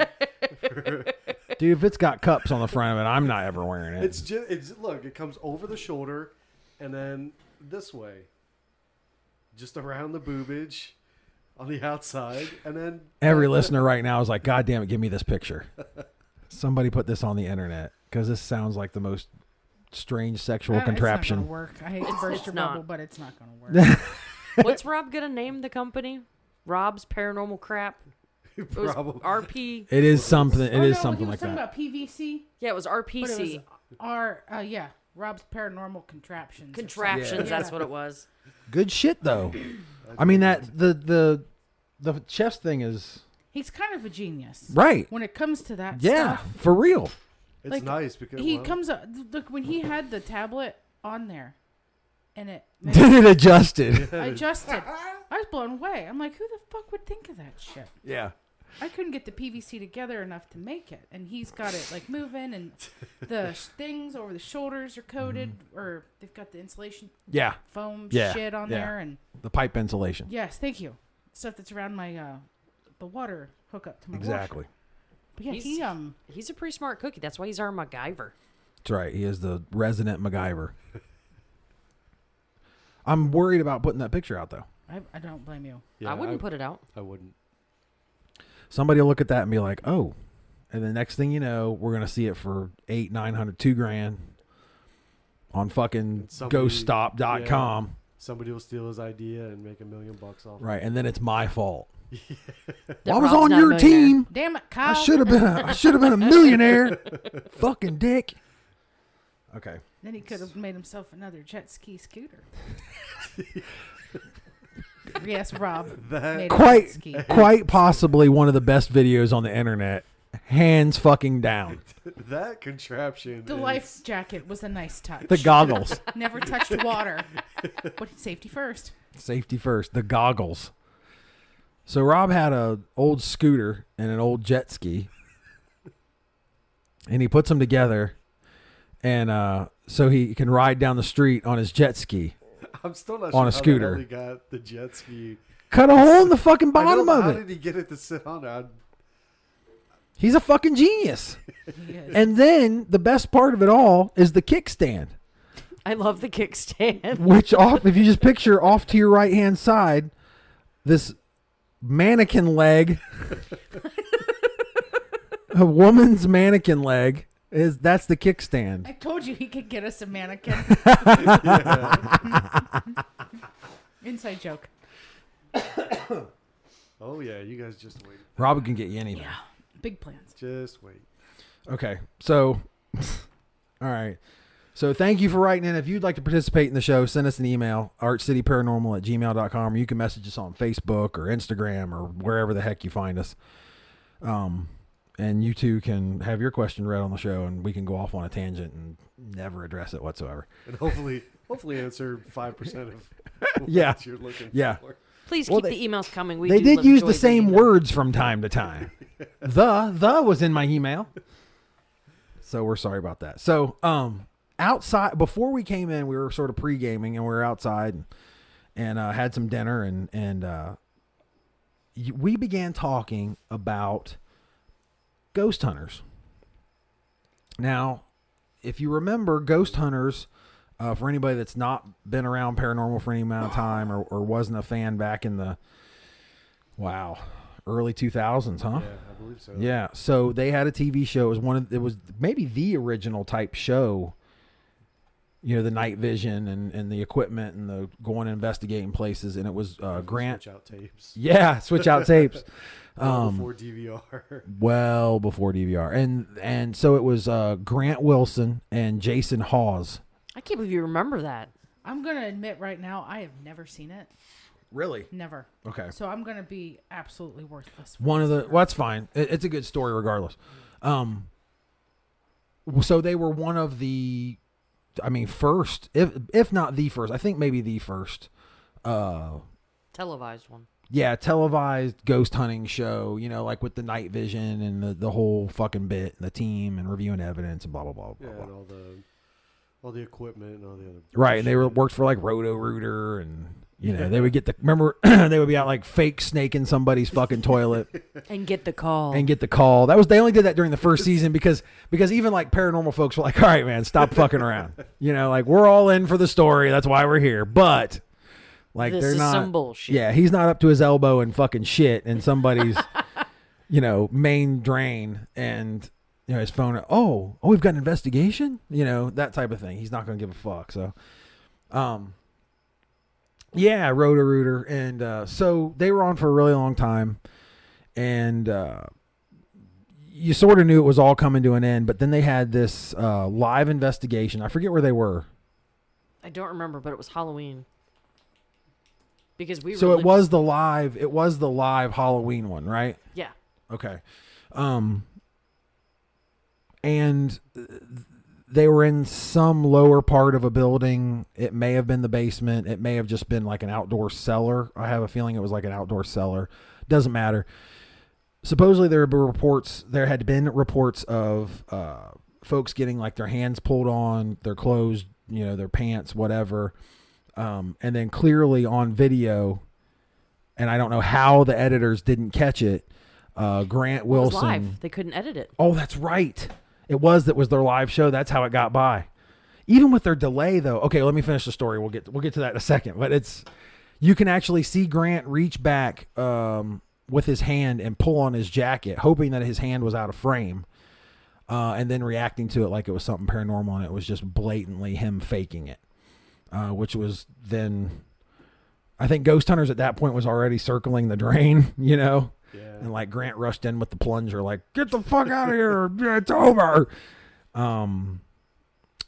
Dude, if it's got cups on the front of it, I'm not ever wearing it.
it's just. It's look. It comes over the shoulder, and then this way. Just around the boobage, on the outside, and then
Every listener right now is like, "God damn it, give me this picture." Somebody put this on the internet because this sounds like the most strange
Uh,
sexual
It's not
contraption.
gonna work. I hate to burst
it's
your
not.
bubble, but it's not gonna work.
What's Rob gonna name the company? Rob's paranormal crap. It was
Probably.
RP.
It is something. It is
It is
something like
talking
that.
About PVC,
Yeah, it was
but it
RPC
was our uh, yeah Rob's paranormal contraptions. or
contraptions.
something.
That's what it was.
Good shit though. I mean that the the the chest thing is
He's kind of a genius,
right.
When it comes to that,
Yeah,
stuff.
for real.
It's
Like,
nice because
he
well,
comes up. Look, when he had the tablet on there, and it
Did it adjusted?
adjusted, I was blown away. I'm like, who the fuck would think of that shit?
Yeah.
I couldn't get the PVC together enough to make it, and he's got it like moving, and the sh- things over the shoulders are coated, or they've got the insulation
Yeah,
foam
Mm-hmm. Yeah,
shit on
yeah.
there, and
the pipe insulation.
yes, thank you, stuff that's around my uh, the water hookup to my washer.
exactly.
But yeah,
He's-
he um,
He's a pretty smart cookie. That's why he's our MacGyver.
That's right. He is the resident MacGyver. I'm worried about putting that picture out though.
I, I don't blame you.
I wouldn't put it out.
I wouldn't.
Somebody will look at that and be like, "Oh," and the next thing you know, we're gonna see it for eight, nine hundred, two grand on fucking
Somebody-
GoStop.com.
Somebody will steal his idea and make a million bucks off.
Right, and then it's my fault.
That
I was
Rob's
on
not a
your
millionaire.
team.
Damn it, Kyle.
I should have been. A, I should have been a millionaire. Fucking dick. Okay.
Then he could have made himself another jet ski scooter. yes, Rob. made a jet
Quite,
ski.
quite possibly one of the best videos on the internet. Hands fucking down.
it. That contraption.
The
is-
life jacket was a nice touch.
The goggles.
Never touched water, but safety first.
Safety first. The goggles. So Rob had a old scooter and an old jet ski, and he puts them together, and uh, so he can ride down the street on his jet ski.
I'm still not
on a
sure
scooter.
How the hell he got the jet ski.
Cut a hole in the fucking
I know,
bottom
but
of
how
it.
did he get it to sit on? I,
He's a fucking genius.
He is.
And then the best part of it all is the kickstand,
I love the kickstand.
which off if you just picture off to your right hand side, this mannequin leg, a woman's mannequin leg is that's the kickstand.
I told you he could get us a mannequin. Inside joke.
oh yeah, you guys just wait.
Robin can get you anything.
Big plans.
Just wait.
Okay. So, all right. So, thank you for writing in. If you'd like to participate in the show, send us an email, artcityparanormal at gmail.com, or you can message us on Facebook or Instagram or wherever the heck you find us. Um, and you too can have your question read on the show, and we can go off on a tangent and never address it whatsoever.
And hopefully, hopefully answer five percent of what
Yeah.
you're looking
Yeah.
for.
Please
Well,
keep the emails coming. We
they
do
did
love-
use
enjoy
the same
reading them.
words from time to time. the the was in my email. So we're sorry about that. So um outside before we came in, we were sort of pre gaming and we were outside and, and uh, had some dinner and and uh, y- we began talking about ghost hunters. Now, if you remember, ghost hunters, uh, for anybody that's not been around paranormal for any amount of time or, or wasn't a fan back in the wow early 2000s, huh?
Yeah, I believe so.
Yeah. So they had a TV show. It was one of it was maybe the original type show. You know the night vision and and the equipment and the going and investigating places, and it was uh, Grant.
Switch out tapes.
Yeah, switch out tapes.
Well
Um,
before DVR.
well before DVR, and and so it was uh, Grant Wilson and Jason Hawes.
I can't believe you remember that.
I'm going to admit right now, I have never seen it.
Really?
Never.
Okay.
So I'm going to be absolutely worthless.
One of the well, that's fine. It- it's a good story regardless. Um, so they were one of the, I mean, first if if not the first, I think maybe the first. Uh,
Televised one.
yeah, televised ghost hunting show. You know, like with the night vision and the, the whole fucking bit, and the team and reviewing evidence and blah blah blah blah.
Yeah,
blah.
and all the all the equipment and all the other.
Right, and they were
shit.
worked for like Roto Rooter, and you know they would get the remember they would be out like fake snaking somebody's fucking toilet
And get the call.
and get the call. That was they only did that during the first season because because even like paranormal folks were like, all right, man, stop fucking around. You know, like we're all in for the story. That's why we're here. But like
This
they're
is
not
some bullshit.
Yeah, he's not up to his elbow in fucking shit, and somebody's you know main drain and. You know, his phone. Oh, oh, we've got an investigation. You know that type of thing. He's not going to give a fuck. So, um, yeah, Roto Rooter, and uh, so they were on for a really long time, and uh, you sort of knew it was all coming to an end. But then they had this uh, live investigation. I forget where they were.
I don't remember, but it was Halloween. Because we
so
were
it was the live. It was the live Halloween one, right?
yeah.
Okay. Um and uh, they were in some lower part of a building. It may have been the basement. It may have just been like an outdoor cellar. I have a feeling it was like an outdoor cellar. Doesn't matter. supposedly there were reports there had been reports of uh, folks getting like their hands pulled on their clothes you know their pants whatever um, and then clearly on video and i don't know how the editors didn't catch it uh, grant
It was
wilson
live. They couldn't edit it.
Oh, that's right. It was that was their live show. That's how it got by. Even with their delay though. Okay, let me finish the story. We'll get we'll get to that in a second, but it's you can actually see Grant reach back um, with his hand and pull on his jacket, hoping that his hand was out of frame. Uh, and then reacting to it like it was something paranormal and it was just blatantly him faking it. Uh, which was then I think Ghost Hunters at that point was already circling the drain, you know.
Yeah.
And like Grant rushed in with the plunger, like, get the fuck out of here. It's over. Um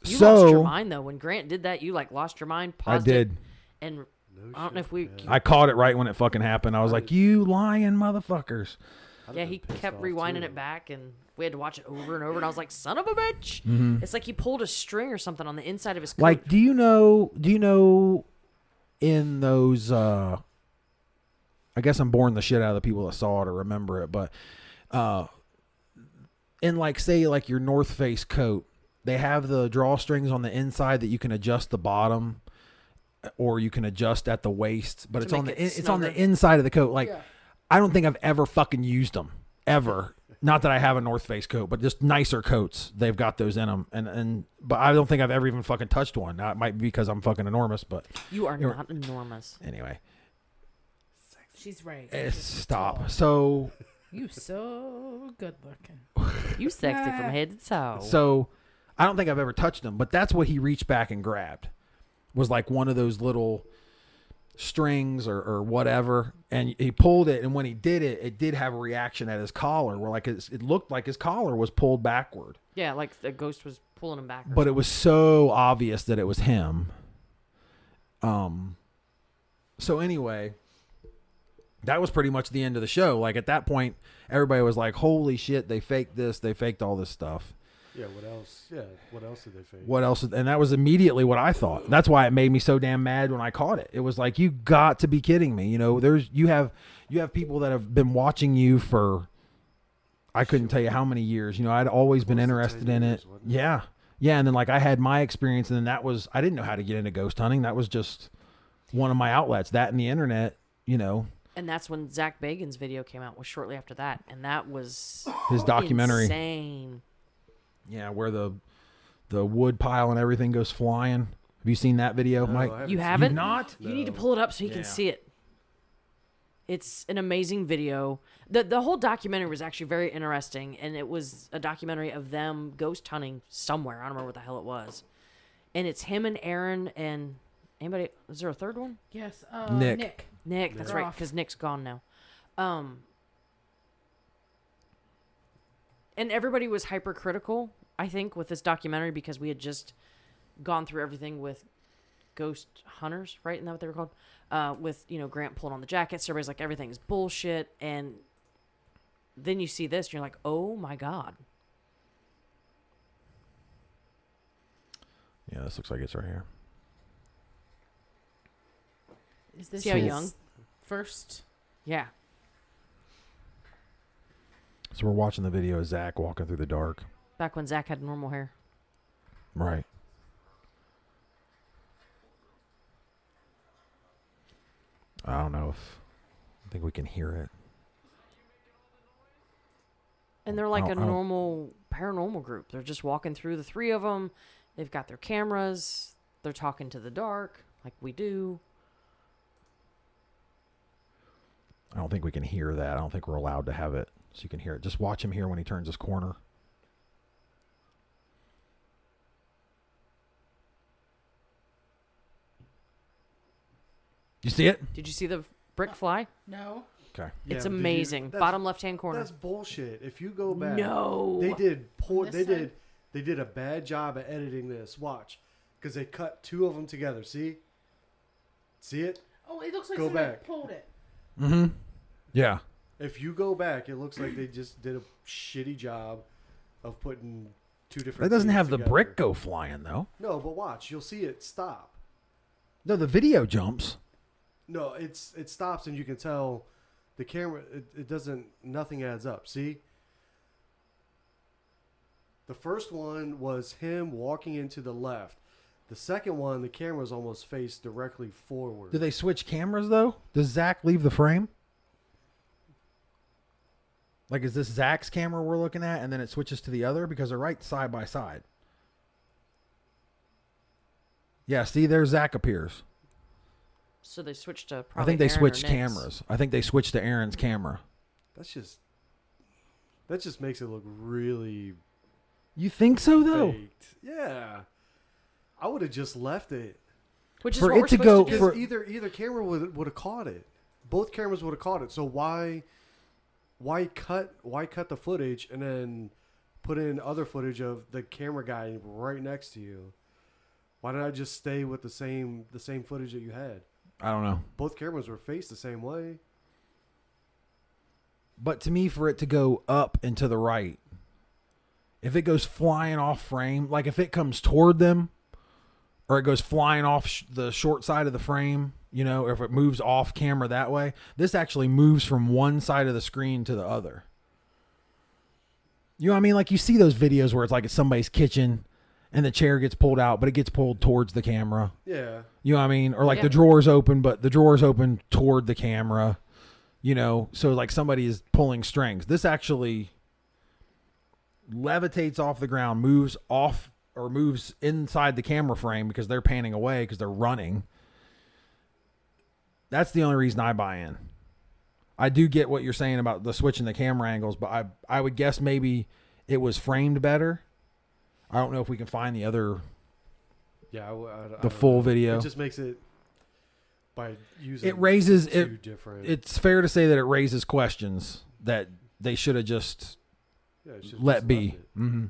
You
so
lost your mind though when Grant did that. You like lost your mind.
I
Paused it,
did.
and I don't know if we.
I caught it right when it fucking happened. I was like, You lying motherfuckers.
Yeah, he kept rewinding it back, and we had to watch it over and over. And I was like, "Son of a bitch!" It's like he pulled a string or something on the inside of his coat.
Mm-hmm. Like, do you know do you know in those uh I guess I'm boring the shit out of the people that saw it or remember it, but uh in like say like your North Face coat, they have the drawstrings on the inside that you can adjust the bottom uh, or you can adjust at the waist, but it's on the
make it
in- it's on the
snugger.
inside of the coat. Like I don't think I've ever fucking used them ever. Not that I have a North Face coat, but just nicer coats. They've got those in them, and and but I don't think I've ever even fucking touched one. Now it might be because I'm fucking enormous, but
you are
you're-
not enormous.
anyway,
She's right.
eh, stop. So
You so good looking.
You sexy from head to toe.
So I don't think I've ever touched them, but that's what he reached back and grabbed was like one of those little strings or, or whatever. And he pulled it. And when he did it, it did have a reaction at his collar where like his, it looked like his collar was pulled backward,
yeah, like the ghost was pulling him back. or
but it was so obvious that it was him. Um, so anyway, that was pretty much the end of the show. Like at that point, everybody was like, holy shit, they faked this. They faked all this stuff.
Yeah, what else? Yeah, what else did they fake?
What else? And that was immediately what I thought. That's why it made me so damn mad when I caught it. It was like you got to be kidding me. You know, there's you have you have people that have been watching you for I couldn't tell you how many years. You know, I'd always been
Close to 10
interested in
years,
it.
wasn't it?
Yeah, yeah. And then like I had my experience, and then that was I didn't know how to get into ghost hunting. That was just one of my outlets. That and the internet. You know,
and that's when Zach Bagan's video came out was shortly after that, and that was
his documentary.
Insane.
Yeah, where the the wood pile and everything goes flying. Have you seen that video,
No,
Mike?
I
You
seen
haven't?
not?
You need to
No.
pull it up so you
Yeah.
can see it. It's an amazing video. the The whole documentary was actually very interesting, and it was a documentary of them ghost hunting somewhere. I don't remember what the hell it was, and it's him and Aaron and anybody. Is there a third one?
Yes. Uh,
Nick.
Nick.
Nick. That's
They're
right,
off.
because Nick's gone now. Um, and everybody was hypercritical, I think, with this documentary because we had just gone through everything with ghost hunters, right? Isn't that what they were called? Uh, with you know Grant pulling on the jacket, so everybody's like everything's bullshit, and then you see this, and you're like, oh my god,
Yeah, this looks like it's right here.
Is this
See how
his
young?
First.
yeah.
So we're watching the video of Zach walking through the dark.
Back when Zach had normal hair,
Right. I don't know if I think we can hear it.
and they're like
Ow,
a
ow.
normal paranormal group. They're just walking through the three of them. They've got their cameras. They're talking to the dark, like we do.
I don't think we can hear that. I don't think we're allowed to have it. So you can hear it. Just watch him here when he turns his corner. You see it?
Did you see the brick fly?
No.
Okay.
Yeah,
it's
but did you-
amazing.
that's-
Bottom left hand corner.
That's bullshit. If you go back,
No.
they did poor.
This
They
side?
did. They did a bad job at editing this. Watch, because they cut two of them together. See, see it.
Oh, it looks like
Go
somebody
back.
pulled it.
Mm-hmm. Yeah.
If you go back, it looks like they just did a shitty job of putting two different.
That doesn't
scenes
have the brick
together.
go flying though.
No, but watch. You'll see it stop.
No, the video jumps.
No, it's it stops and you can tell The camera, it, it doesn't, nothing adds up. See? The first one was him walking into the left. The second one, the camera's almost faced directly forward.
Do they switch cameras though? Does Zach leave the frame? Like, is this Zach's camera we're looking at, and then it switches to the other because they're right side by side? Yeah, see, there Zach appears.
So they switched to.
I
Probably
think they
Aaron or
switched
Nick's.
cameras. I think they switched to Aaron's camera.
That's just, that just makes it look really
You think so though?
faked. Yeah. I would have just left it.
Which is
For
what
it
we're
to
supposed
go
do.
for-
Because either either camera would would have caught it. Both cameras would have caught it. So why why cut why cut the footage and then put in other footage of the camera guy right next to you? Why did I just stay with the same the same footage that you had?
I don't know.
Both cameras were faced the same way.
But to me, for it to go up and to the right, if it goes flying off frame, like if it comes toward them, or it goes flying off sh- the short side of the frame, you know, if it moves off camera that way, this actually moves from one side of the screen to the other. You know what I mean? Like you see those videos where it's like it's somebody's kitchen and the chair gets pulled out, but it gets pulled towards the camera.
Yeah.
You know what I mean? Or like
Yeah.
the drawers open, but the drawers open toward the camera. You know, so like somebody is pulling strings. This actually levitates off the ground, moves off or moves inside the camera frame because they're panning away because they're running. That's the only reason I buy in. I do get what you're saying about the switching the camera angles, but I I would guess maybe it was framed better. I don't know if we can find the other
Yeah. I w- I- I don't
the
know.
full video.
Uh, It just makes it by using
It raises
two
it
different.
it's fair to say that it raises questions that they should have just
yeah, it should've
let
just
be.
left it.
hmm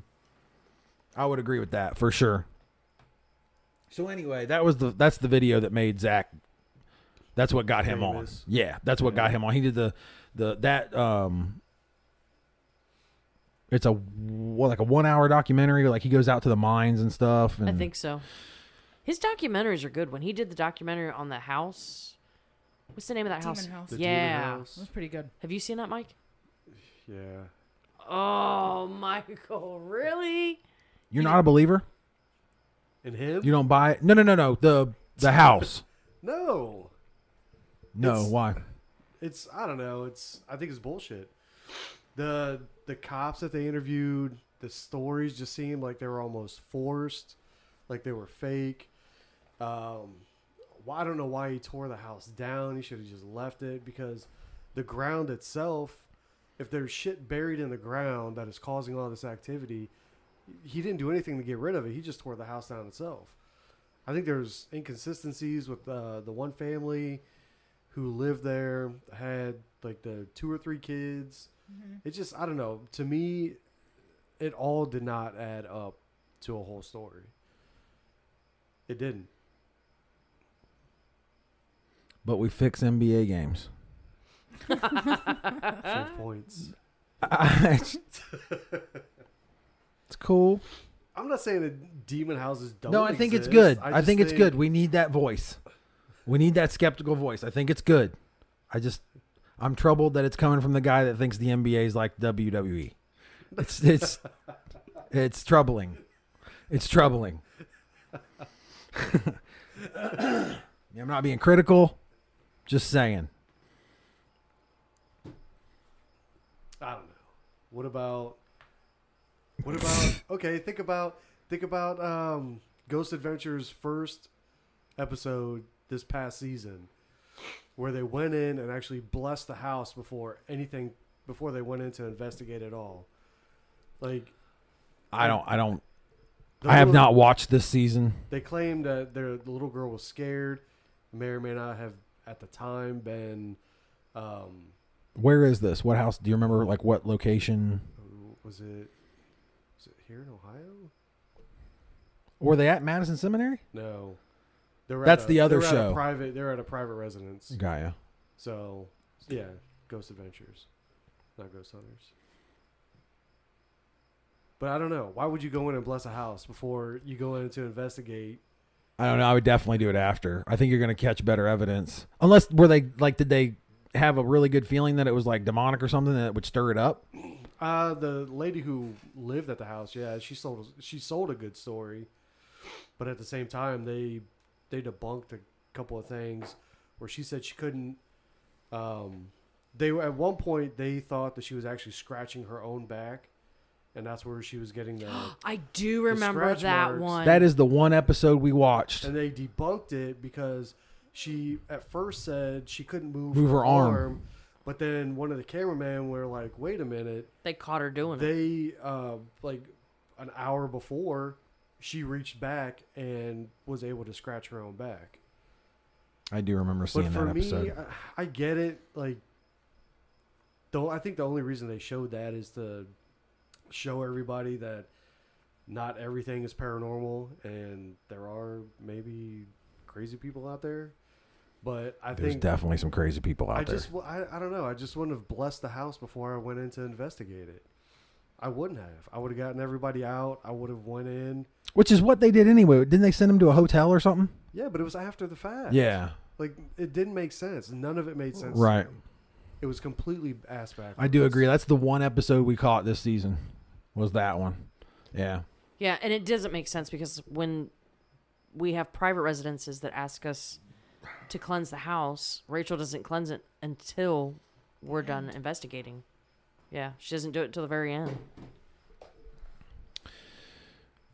I would agree with that for sure. So anyway, that was the that's the video that made Zach. That's what got him on.
Famous.
Yeah, that's what got
Yeah.
him on. He did the the that um. It's a what, like a one hour documentary. Like he goes out to the mines and stuff. And
I think so. His documentaries are good. When he did the documentary on the house, what's the name of that
Demon
house?
House.
The
That
Demon
yeah.
House.
was pretty good.
Have you seen that, Mike?
Yeah.
Oh, Michael, really?
you're not a believer.
And him?
You don't buy it. No, no, no, no. The the house.
no.
No,
It's-
why?
it's I don't know. It's I think it's bullshit. The the cops that they interviewed, the stories just seemed like they were almost forced, like they were fake. Um, well, I don't know why he tore the house down. He should have just left it because the ground itself, if there's shit buried in the ground that is causing all this activity, he didn't do anything to get rid of it. He just tore the house down itself. I think there's inconsistencies with uh, the one family who lived there had like the two or three kids.
Mm-hmm.
It just I don't know. To me, it all did not add up to a whole story. It didn't.
But we fix NBA games.
Save points.
it's cool.
I'm not saying that demon houses don't.
no, I think it's good.
exist.
I,
just
think it's good. We need that voice. We need that skeptical voice. I think it's good. I just I'm troubled that it's coming from the guy that thinks the NBA is like WWE. It's it's it's troubling. It's troubling. I'm not being critical. Just saying.
I don't know. What about? What about? okay, think about think about um, Ghost Adventures first episode this past season, where they went in and actually blessed the house before anything before they went in to investigate at all. Like
I don't I don't
the
I have
little-
not watched this season.
They claimed that their the little girl was scared. May or may not have at the time been. Um,
Where is this? What house? Do you remember like what location?
was it? Was it here in Ohio?
Were they at Madison Seminary?
No, they're at
That's
a-
the other
they're at a
show.
private, they're at a private residence.
Gaia.
So, yeah, Ghost Adventures, not Ghost Hunters. But I don't know. Why would you go in and bless a house before you go in to investigate?
I don't know. I would definitely do it after. I think you're going to catch better evidence. Unless were they like did they have a really good feeling that it was like demonic or something that would stir it up?
Uh, the lady who lived at the house, yeah, she sold she sold a good story, but at the same time, they they debunked a couple of things where she said she couldn't. Um, they were at one point they thought that she was actually scratching her own back, and that's where she was getting the.
I do remember
scratch
that
marks.
one.
That is the one episode we watched.
and they debunked it because she at first said she couldn't move,
Move her arm.
but then one of the cameramen were like, "Wait a minute."
they caught her doing it.
they uh, like an hour before she reached back and was able to scratch her own back
I do remember
but
seeing
for
that
me
episode.
I, I get it like though i think the only reason they showed that is to show everybody that not everything is paranormal and there are maybe crazy people out there but i
There's
think
definitely some crazy people out
I
there.
just, wa- I, I don't know. I just wouldn't have blessed the house before I went in to investigate it. I wouldn't have. I would have gotten everybody out. I would have went in.
Which is what they did anyway. Didn't they send him to a hotel or something?
Yeah, but it was after the fact.
Yeah.
like it didn't make sense. None of it made sense.
Right.
It was completely ass backwards.
I do agree. That's the one episode we caught this season. Was that one? Yeah.
Yeah, and it doesn't make sense because when we have private residences that ask us to cleanse the house, Rachel doesn't cleanse it until we're done investigating. Yeah, she doesn't do it till the very end.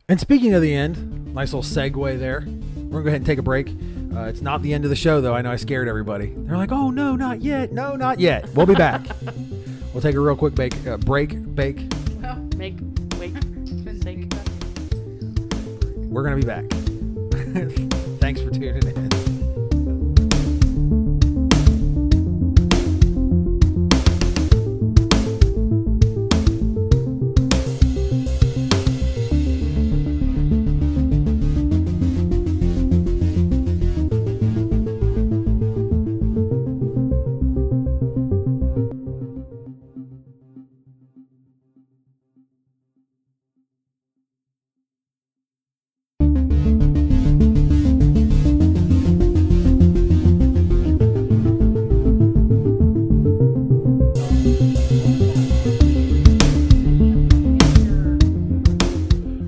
And speaking of the end, nice little segue there. We're gonna go ahead and take a break. Uh, it's not the end of the show though. I know I scared everybody. They're like, "Oh no, not yet! No, not yet." We'll be back. we'll take a real quick bake, uh, break. Bake.
Well,
Make wait.
it's been
Thank-
taken back.
We're gonna be back. Thanks for tuning in.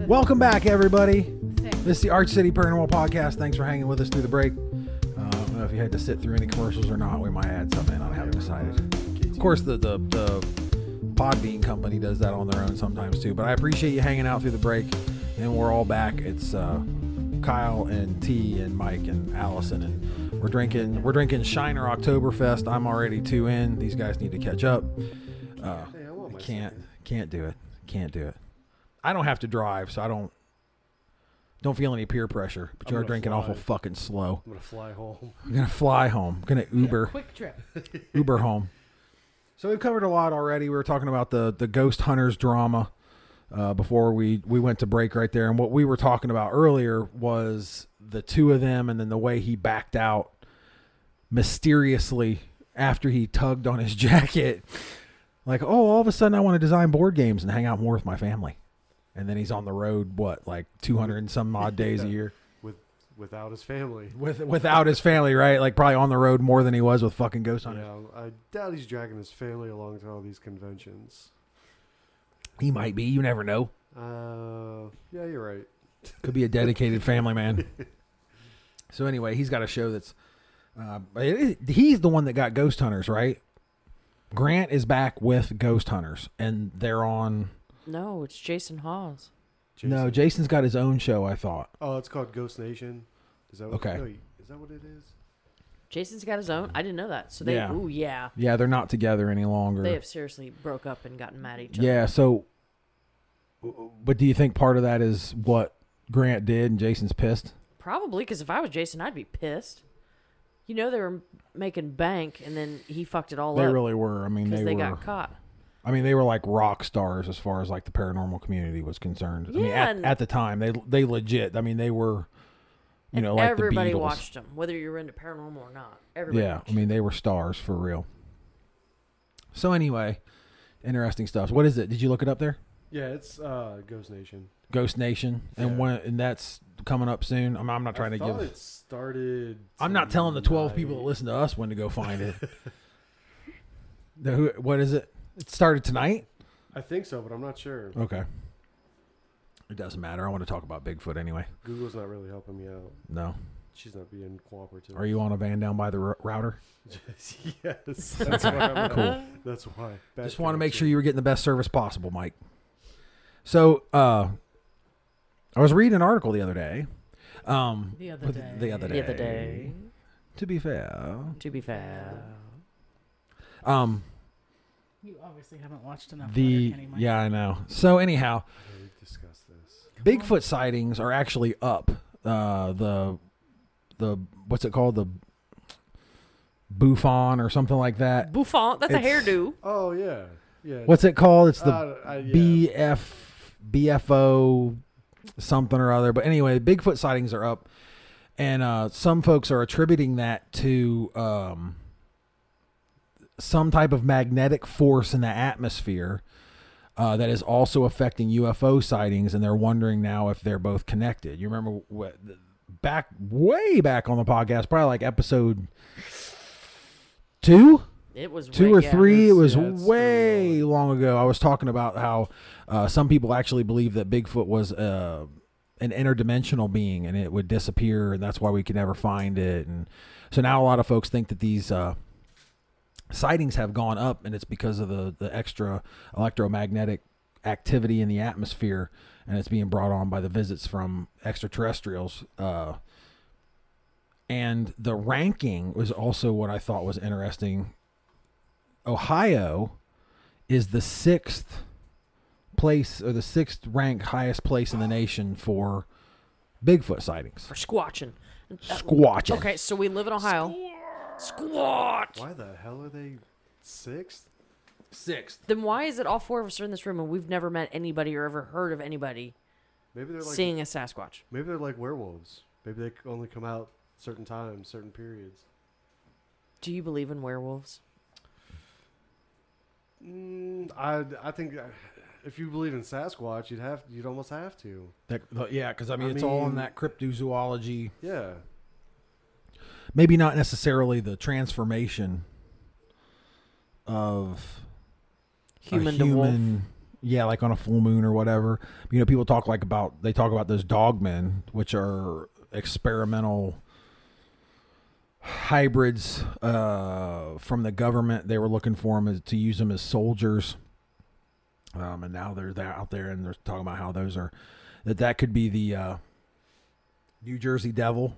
Welcome back, everybody.
Thing.
This is the Arch City Paranormal Podcast. Thanks for hanging with us through the break. Uh, I don't know if you had to sit through any commercials or not. We might add some in. I haven't decided. Of course, the, the, the Podbean company does that on their own sometimes too. But I appreciate you hanging out through the break. And we're all back. It's uh, Kyle and T and Mike and Allison and we're drinking we're drinking Shiner Oktoberfest. I'm already two in. These guys need to catch up. Uh,
Hey, I want my
can't can't do it. Can't do it. I don't have to drive, so I don't don't feel any peer pressure. But you
I'm
are
gonna
drinking awful
fly.
fucking slow.
I'm gonna fly home.
I'm gonna fly home. I'm gonna Uber.
Quick trip.
Uber home. So we've covered a lot already. We were talking about the the ghost hunters drama uh, before we we went to break right there, and what we were talking about earlier was the two of them, and then the way he backed out mysteriously after he tugged on his jacket, like oh, all of a sudden I want to design board games and hang out more with my family, and then he's on the road what like two hundred and some odd days a year
with without his family.
with without his family, right? Like probably on the road more than he was with fucking ghost hunters.
Yeah, I doubt he's dragging his family along to all these conventions.
He might be. You never know.
Uh, yeah, you're right.
Could be a dedicated family man. So anyway, he's got a show that's. Uh, it, it- he's the one that got Ghost Hunters, right? Grant is back with Ghost Hunters, and they're on.
No, it's Jason Hawes.
No,
Jason.
Jason's got his own show. I thought.
Oh, it's called Ghost Nation. Is that what
Okay.
no, is that what it is?
Jason's got his own. I didn't know that. So they
Yeah.
ooh yeah.
Yeah, they're not together any longer.
They have seriously broke up and gotten mad at each other.
yeah. So, but do you think part of that is what Grant did, and Jason's pissed?
Probably because if I was Jason, I'd be pissed. You know they were making bank, and then he fucked it all
They
up
really were. I mean,
because
they,
they,
were.
got caught.
I mean, they were like rock stars as far as like the paranormal community was concerned. I mean,
Yeah,
at,
and-
at the time, they they legit. I mean, they were, you know, like
everybody
the Beatles.
watched him, whether you were into paranormal or not. Everybody.
yeah,
watched
I mean, they were stars for real. So anyway, interesting stuff. What is it? Did you look it up there?
Yeah, it's uh, Ghost Nation.
Ghost Nation, and
Yeah.
when and that's coming up soon. I'm, I'm not trying
I
to
thought
give.
It started.
I'm not telling the 12 people that
tonight.
listen to us when to go find it. The, who, what is it? It started tonight.
I think so, but I'm not sure.
Okay. It doesn't matter. I want to talk about Bigfoot anyway.
Google's not really helping me out.
No.
She's not being cooperative.
Are you on a van down by the r- router?
yes. That's why. I'm
Cool.
That's why. Bad
Just want to make sure
connection.
you were getting the best service possible, Mike. So, uh, I was reading an article the other day. Um,
The other
with-
day.
The other day.
The other day,
To be fair.
to be fair.
Um,
You obviously haven't watched enough.
the
Letterkenny, Mike.
yeah, I know. So anyhow,
Yeah, we discussed this.
Bigfoot sightings are actually up. Uh, the the what's it called? The Buffon or something like that.
Buffon, that's
Uh, It's-
a hairdo.
Oh yeah, yeah.
What's it called? It's the
Uh, I- yeah.
BF BFO something or other. But anyway, Bigfoot sightings are up, and uh, some folks are attributing that to um, some type of magnetic force in the atmosphere uh, that is also affecting UFO sightings, and they're wondering now if they're both connected. You remember what? Back way back on the podcast, probably like episode two,
It was
two
way-
or
yeah.
three. It
it's-
was
yeah, it's been
way long ago. I was talking about how uh, some people actually believe that Bigfoot was uh, an interdimensional being and it would disappear, and that's why we could never find it. And so now a lot of folks think that these uh, sightings have gone up, and it's because of the the extra electromagnetic activity in the atmosphere, and it's being brought on by the visits from extraterrestrials. Uh, and the ranking was also what I thought was interesting. Ohio is the sixth place or the sixth ranked highest place in the nation for Bigfoot sightings.
For squatching.
Squatching.
Okay, so we live in Ohio. Squatch.
Why the hell are they sixth?
Sixth.
Then why is it all four of us are in this room and we've never met anybody or ever heard of anybody
Maybe they're like
seeing a Sasquatch?
maybe they're like werewolves. Maybe they c- only come out certain times, certain periods.
Do you believe in werewolves?
Mm, I I think uh, if you believe in Sasquatch, you'd have you'd almost have to.
That, yeah, because I mean,
I
it's all in
mean-
that cryptozoology.
Yeah.
Maybe not necessarily the transformation of a
Human, to wolf.
Yeah, like on a full moon or whatever. You know, people talk like about they talk about those dogmen, which are experimental hybrids uh, from the government. They were looking for them as, to use them as soldiers, um, and now they're, they're out there and they're talking about how those are that that could be the uh, New Jersey Devil.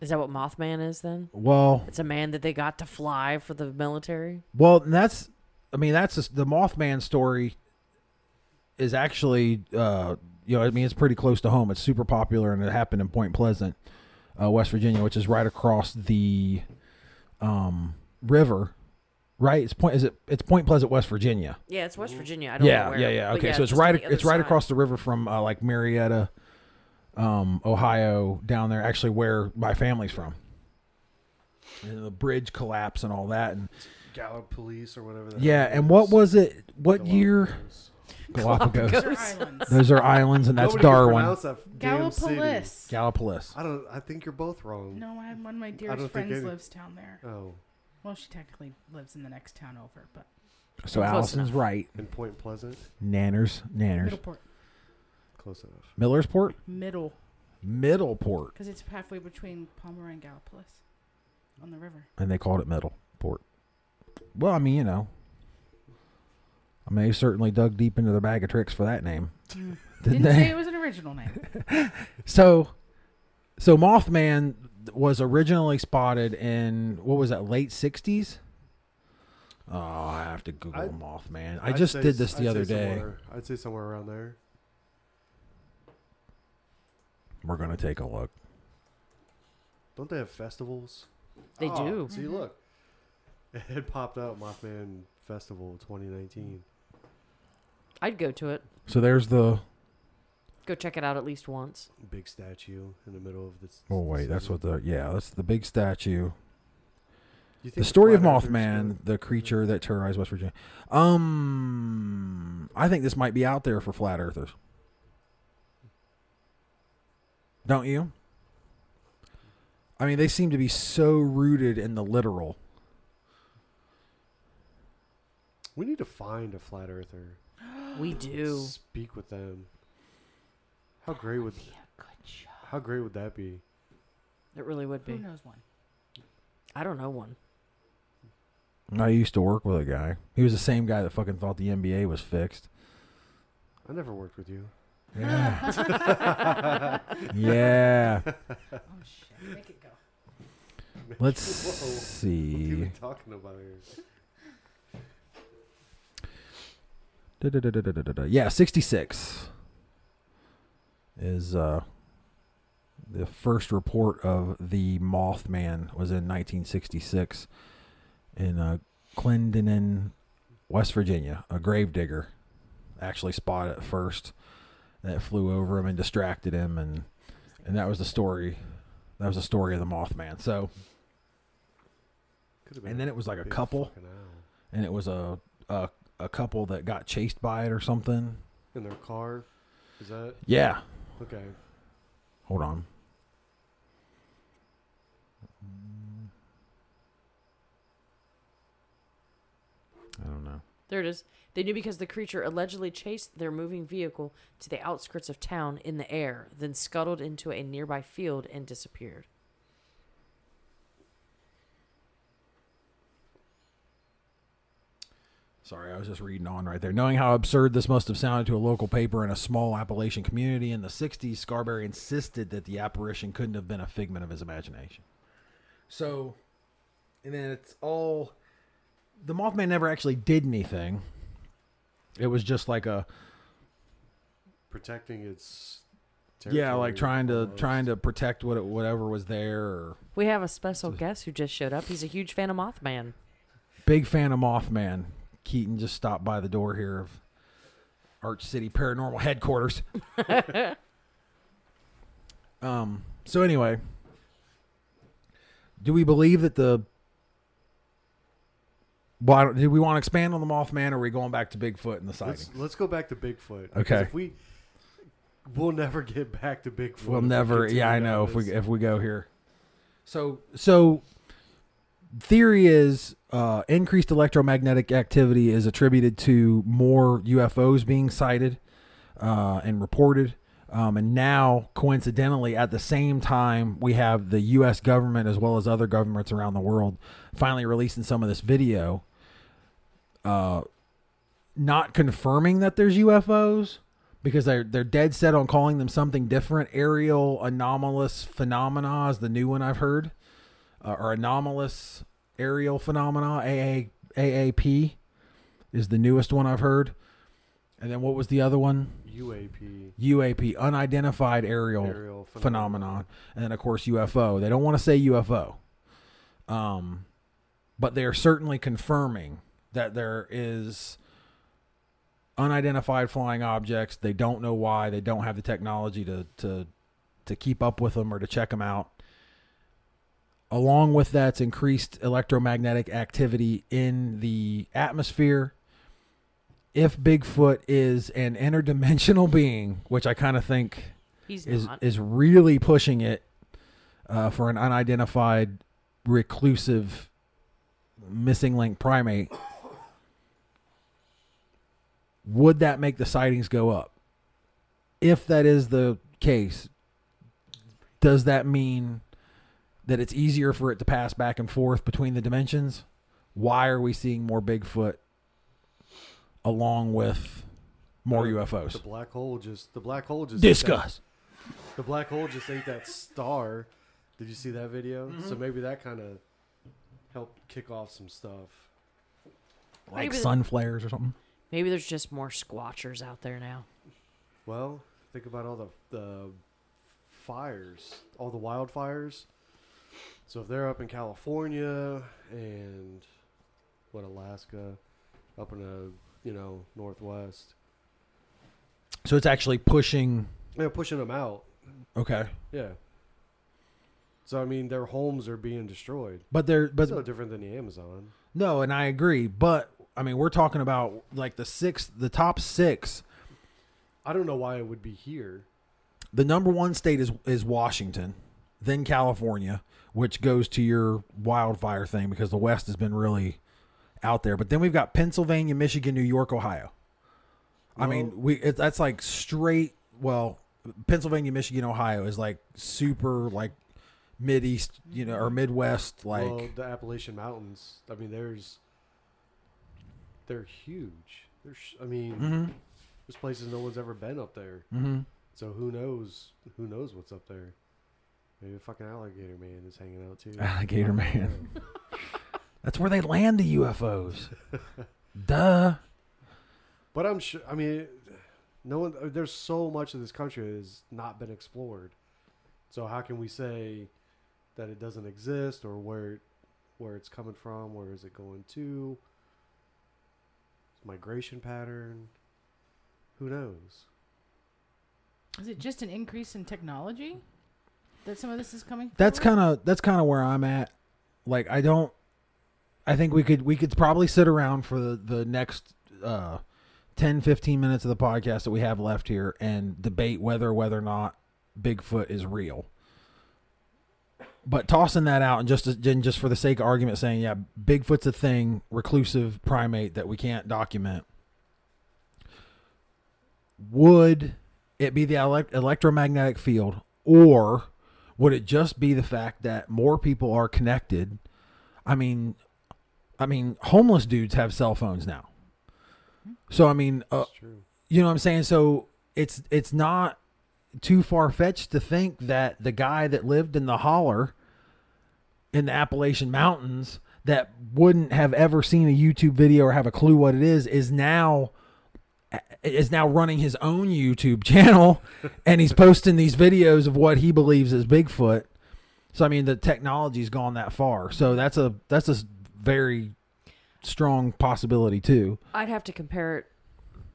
Is that what Mothman is then?
Well,
It's a man that they got to fly for the military.
Well, and that's, I mean, that's just, the Mothman story is actually, uh, you know, I mean, it's pretty close to home. It's super popular, and it happened in Point Pleasant, uh, West Virginia, which is right across the um, river. Right? It's point. Is it? It's Point Pleasant, West Virginia.
Yeah, it's West Virginia. I don't know
Yeah,
where.
yeah, yeah.
but
Okay, so it's
just on
right.
the other
It's right
side.
across the river from uh, like Marietta, um, Ohio, down there. Actually, where my family's from. And the bridge collapse and all that, and
Gallup police or whatever. the
yeah,
hell it
and what
is.
was it? What
Gallup
year?
police.
Galapagos.
Those are islands.
Those are islands, and that's
Nobody can
Darwin.
pronounce that damn city.
Gallipolis.
Galapagos.
I don't. I think you're both wrong.
No, I have one of my
don't
dearest
think
friends
any-
lives down there.
Oh,
Well, she technically lives in the next town over, but
So
Close
Allison's right.
in Point Pleasant,
Nanners, Nanners.
Middleport,
close enough.
Millersport,
middle,
Middleport,
because it's halfway between Palmer and Gallipolis, on the river.
and they called it Middleport. Well, I mean, you know, I mean, they certainly dug deep into their bag of tricks for that name, didn't
Didn't say
they?
it was an original name.
So, so Mothman was originally spotted in what was that late '60s? Oh, I have to Google
I'd-
Mothman. I
I'd
just
say
did
s-
this the
I'd
other
say
day.
somewhere- I'd say somewhere around there.
We're gonna take a look.
Don't they have festivals?
They
Oh,
do.
See, look, it had popped up Mothman Festival 2019.
I'd go to it.
So there's the.
Go check it out at least once.
Big statue in the middle of this.
Oh wait, that's what the yeah, that's the big statue.
You think
The story of
flat earthers
Mothman,
go-
the creature that terrorized West Virginia. Um, I think this might be out there for flat earthers. Don't you? I mean, they seem to be so rooted in the literal.
We need to find a flat earther.
We do.
Speak with them. How great would
Yeah, good show.
how great would that be?
It really would
Who
be.
knows one?
I don't know one.
I used to work with a guy. He was the same guy that fucking thought the NBA was fixed.
I never worked with you.
Yeah. yeah.
Oh shit! Make it go.
Let's
Whoa. What are
see.
you talking about here?
Da-da-da-da-da-da-da. Yeah, 66 is uh, the first report of the Mothman was in 1966 in uh, Clendenin, West Virginia. A gravedigger actually spotted it first, and it flew over him and distracted him, and and that was the story. That was the story of the Mothman. So,
Could have
and then it was like a
big
couple,
fucking owl.
and it was a a, a couple that got chased by it or something.
in their car. Is that
Yeah,
okay?
Hold on. I don't know.
There it is. They knew because the creature allegedly chased their moving vehicle to the outskirts of town in the air, then scuttled into a nearby field and disappeared.
Sorry, I was just reading on right there. Knowing how absurd this must have sounded to a local paper in a small Appalachian community in the 60s, Scarberry insisted that the apparition couldn't have been a figment of his imagination. So, and then it's all. The Mothman never actually did anything. It was just like a.
Protecting its
yeah, like trying to
almost.
trying to protect what it, whatever was there. Or,
We have a special guest who just showed up. He's a huge fan of Mothman.
Big fan of Mothman. Keaton just stopped by the door here of Arch City Paranormal Headquarters. um. So anyway, do we believe that the? Well, I don't- do we want to expand on the Mothman, or are we going back to Bigfoot and the sighting?
Let's, let's go back to Bigfoot.
Okay.
because If we, we'll never get back to Bigfoot.
we'll
if we
never.
continue
Yeah, I
down
know. If we
this.
if we go here, so so theory is uh, increased electromagnetic activity is attributed to more UFOs being sighted uh, and reported. Um, and now, coincidentally, at the same time, we have the U.S. government as well as other governments around the world finally releasing some of this video, uh, not confirming that there's UFOs because they're they're dead set on calling them something different. Aerial anomalous phenomena is the new one I've heard, uh, or anomalous aerial phenomena AA, AAP is the newest one I've heard. And then what was the other one?
UAP
UAP, unidentified aerial,
aerial
phenomenon, and then of course UFO. They don't want to say UFO, um, but they are certainly confirming that there is unidentified flying objects. They don't know why. They don't have the technology to to to keep up with them or to check them out. Along with that's increased electromagnetic activity in the atmosphere. If Bigfoot is an interdimensional being, which I kind of think
He's
is
not.
is really pushing it uh, for an unidentified reclusive missing link primate would that make the sightings go up if that is the case does that mean that it's easier for it to pass back and forth between the dimensions why are we seeing more bigfoot along with more
The
ufos
black hole just the black hole just ate that-
discuss
the black hole just ate that star. Did you see that video? So maybe that kind of helped kick off some stuff.
like
Maybe the-
sun flares or something
Maybe there's just more squatchers out there now.
Well, think about all the the fires, all the wildfires. So if they're up in California and what Alaska, up in the you know northwest,
So it's actually pushing.
they're pushing them out.
Okay,
Yeah. So I mean, their homes are being destroyed.
but there, but
It's no different than the Amazon.
no, and I agree. But I mean, we're talking about like the six, the top six.
I don't know why it would be here.
The number one state is is Washington, then California, which goes to your wildfire thing because the West has been really out there. But then we've got Pennsylvania, Michigan, New York, Ohio. I mean, we it, that's like straight. Well, Pennsylvania, Michigan, Ohio is like super like mid east, you know, or Midwest. Like
well, the Appalachian Mountains. I mean, there's they're huge. There's, I mean,
Mm-hmm.
there's places no one's ever been up there.
Mhm.
So who knows? Who knows what's up there? Maybe a fucking alligator man is hanging out too.
Alligator man. that's where they land the UFOs. Duh.
But I'm sure. I mean, no one. There's so much of this country that has not been explored. So how can we say that it doesn't exist or where it- where it's coming from? Where is it going to? Migration pattern. Who knows?
Is it just an increase in technology that some of this is coming?
that's kind of that's kind of where I'm at. Like I don't I think we could we could probably sit around for the, the next uh 10 15 minutes of the podcast that we have left here and debate whether whether or not Bigfoot is real. But tossing that out and just and just for the sake of argument saying yeah, Bigfoot's a thing, reclusive primate that we can't document. Would it be the elect- electromagnetic field or would it just be the fact that more people are connected i mean i mean homeless dudes have cell phones now so i mean uh,
It's true.
you know what i'm saying so it's it's not too far-fetched to think that the guy that lived in the holler in the appalachian mountains that wouldn't have ever seen a youtube video or have a clue what it is is now is now running his own YouTube channel and he's posting these videos of what he believes is Bigfoot. So I mean the technology's gone that far. So that's a that's a s- very strong possibility too.
I'd have to compare it,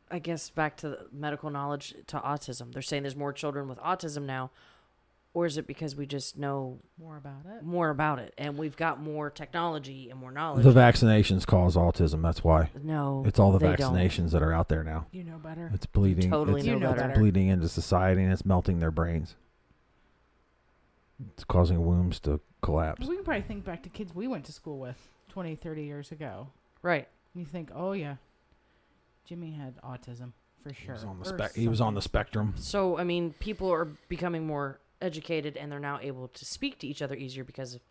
I guess, back to the medical knowledge to autism. They're saying there's more children with autism now, or is it because we just know
more about it.
more about it and we've got more technology and more knowledge?
The vaccinations cause autism, that's why.
no,
It's all the
they don't.
vaccinations that are out there now.
You know better.
It's bleeding
Totally
it's,
know
it's
better.
bleeding into society and it's melting their brains. It's causing wombs to collapse.
We can probably think back to kids we went to school with 20, 30 years ago.
Right.
And you think, oh yeah, Jimmy had autism for sure.
He was on the
or
spec- he was on the
something.
spectrum.
So I mean, people are becoming more educated and they're now able to speak to each other easier because of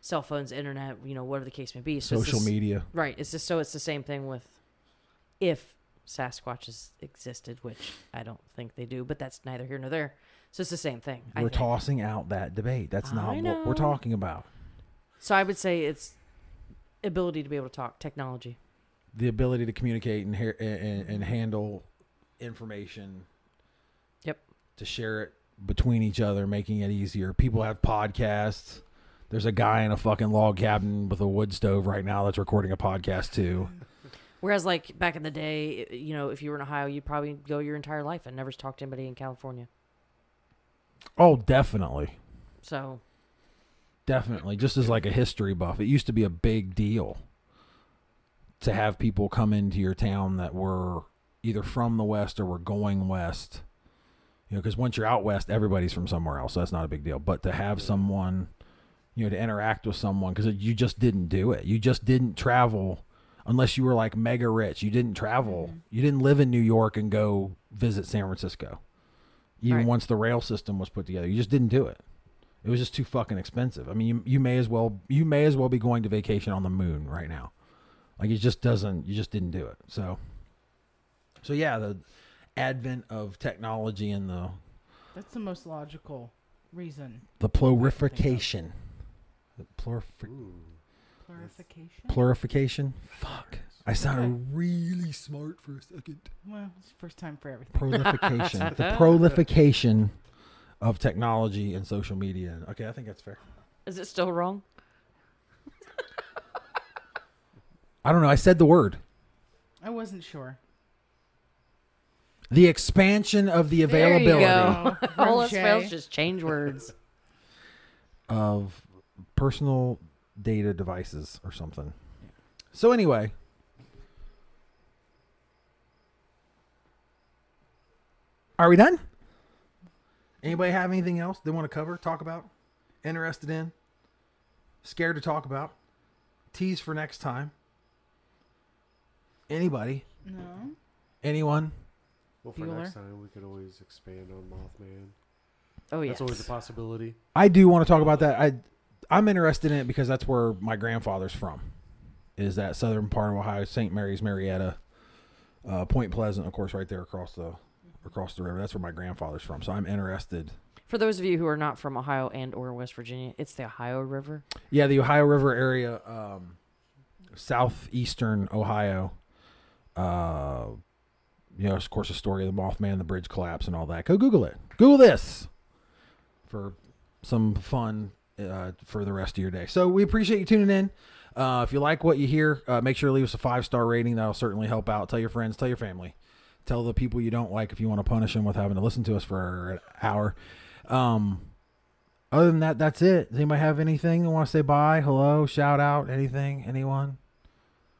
cell phones, internet, you know, whatever the case may be. So it's
Social
just-
media.
Right. It's just so it's the same thing with if Sasquatches existed, which I don't think they do, but that's neither here nor there. So it's the same thing. I
We're
think.
tossing out that debate. That's not
I
what we're
know.
talking about.
So I would say it's ability to be able to talk, technology.
The ability to communicate and hear, and- and, and handle information.
Yep.
To share it between each other, making it easier. People have podcasts. There's a guy in a fucking log cabin with a wood stove right now that's recording a podcast too.
Whereas, like back in the day, i- you know, if you were in Ohio, you'd probably go your entire life and never talk to anybody in California.
Oh, definitely.
So
Definitely. Just as like a history buff, it used to be a big deal to have people come into your town that were either from the West or were going West. You know, because once you're out West, everybody's from somewhere else. So that's not a big deal. But to have someone, you know, to interact with someone, because you just didn't do it. You just didn't travel unless you were like mega rich. You didn't travel. You didn't live in New York and go visit San Francisco. Even
Right.
once the rail system was put together, you just didn't do it. It was just too fucking expensive. I mean, you, you may as well you may as well be going to vacation on the moon right now. Like it just doesn't you just didn't do it. So So yeah, the advent of technology and the
That's the most logical reason.
the plurification. The plurif-
Ooh.
Clarification.
plurification? Fuck. I sounded really smart for a second.
well, it's the first time for everything.
Prolification. the prolification of technology and social media. Okay, I think that's fair.
is it still wrong?
I don't know. I said the word.
I wasn't sure.
The expansion of the
There you
availability.
go.
Oh,
All us
Roger.
fails just change words.
of personal data devices or something. So anyway, are we done? Anybody have anything else they want to cover, talk about, interested in, scared to talk about, tease for next time? Anybody?
No.
Anyone?
Well, for
Bueller?
next time, we could always expand on Mothman.
Oh yeah.
That's always a possibility.
I do want to talk about that. I I'm interested in it because that's where my grandfather's from. Is that southern part of Ohio, St. Mary's, Marietta, uh, Point Pleasant, of course, right there across the across the river. That's where my grandfather's from. So I'm interested.
For those of you who are not from Ohio and or West Virginia, it's the Ohio River.
Yeah, the Ohio River area, um, southeastern Ohio. Uh, you know, of course, the story of the Mothman, the bridge collapse, and all that. Go Google it. Google this for some fun uh, for the rest of your day. So we appreciate you tuning in. Uh, if you like what you hear, uh, make sure to leave us a five star rating. That'll certainly help out. Tell your friends, tell your family, tell the people you don't like if you want to punish them with having to listen to us for an hour. Um, other than that, that's it. Does anybody have anything they want to say bye, hello, shout out, anything, anyone?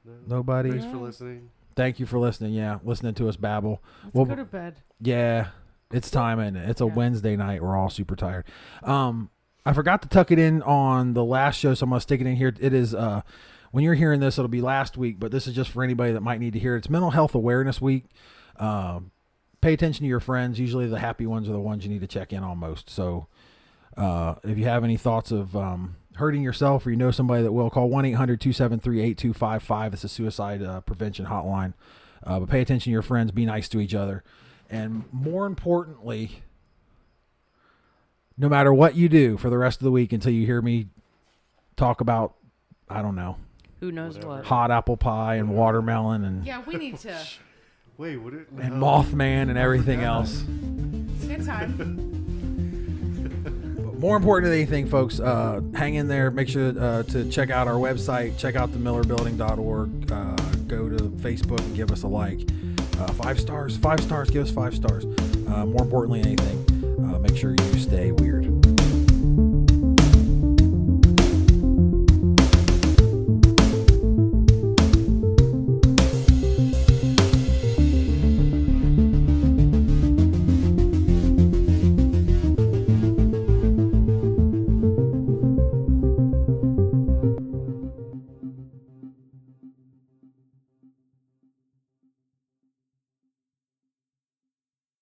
No.
Nobody.
Thanks for listening.
Thank you for listening. Yeah, listening to us babble.
Let's
Well,
go to bed.
Yeah, it's time and it's a
Yeah.
Wednesday night. We're all super tired. Um, I forgot to tuck it in on the last show, so I'm gonna stick it in here. It is uh, when you're hearing this, it'll be last week, but this is just for anybody that might need to hear. it. It's Mental Health Awareness Week. Um, pay attention to your friends. Usually, the happy ones are the ones you need to check in on most. So, uh, if you have any thoughts of um, hurting yourself or you know somebody that will, call 1 800 273 8255. It's a suicide uh, prevention hotline. Uh, but pay attention to your friends, be nice to each other. And more importantly, no matter what you do for the rest of the week until you hear me talk about, I don't know,
Who knows
Whatever.
what?
hot apple pie and watermelon and,
Yeah, we need to.
Wait, what? It,
and
no.
Mothman and everything else.
It's a good time.
More important than anything, folks, uh, hang in there. Make sure uh, to check out our website. Check out themillerbuilding.org. Uh, go to Facebook and give us a like. Uh, five stars, five stars, give us five stars. Uh, more importantly than anything, uh, make sure you stay weird.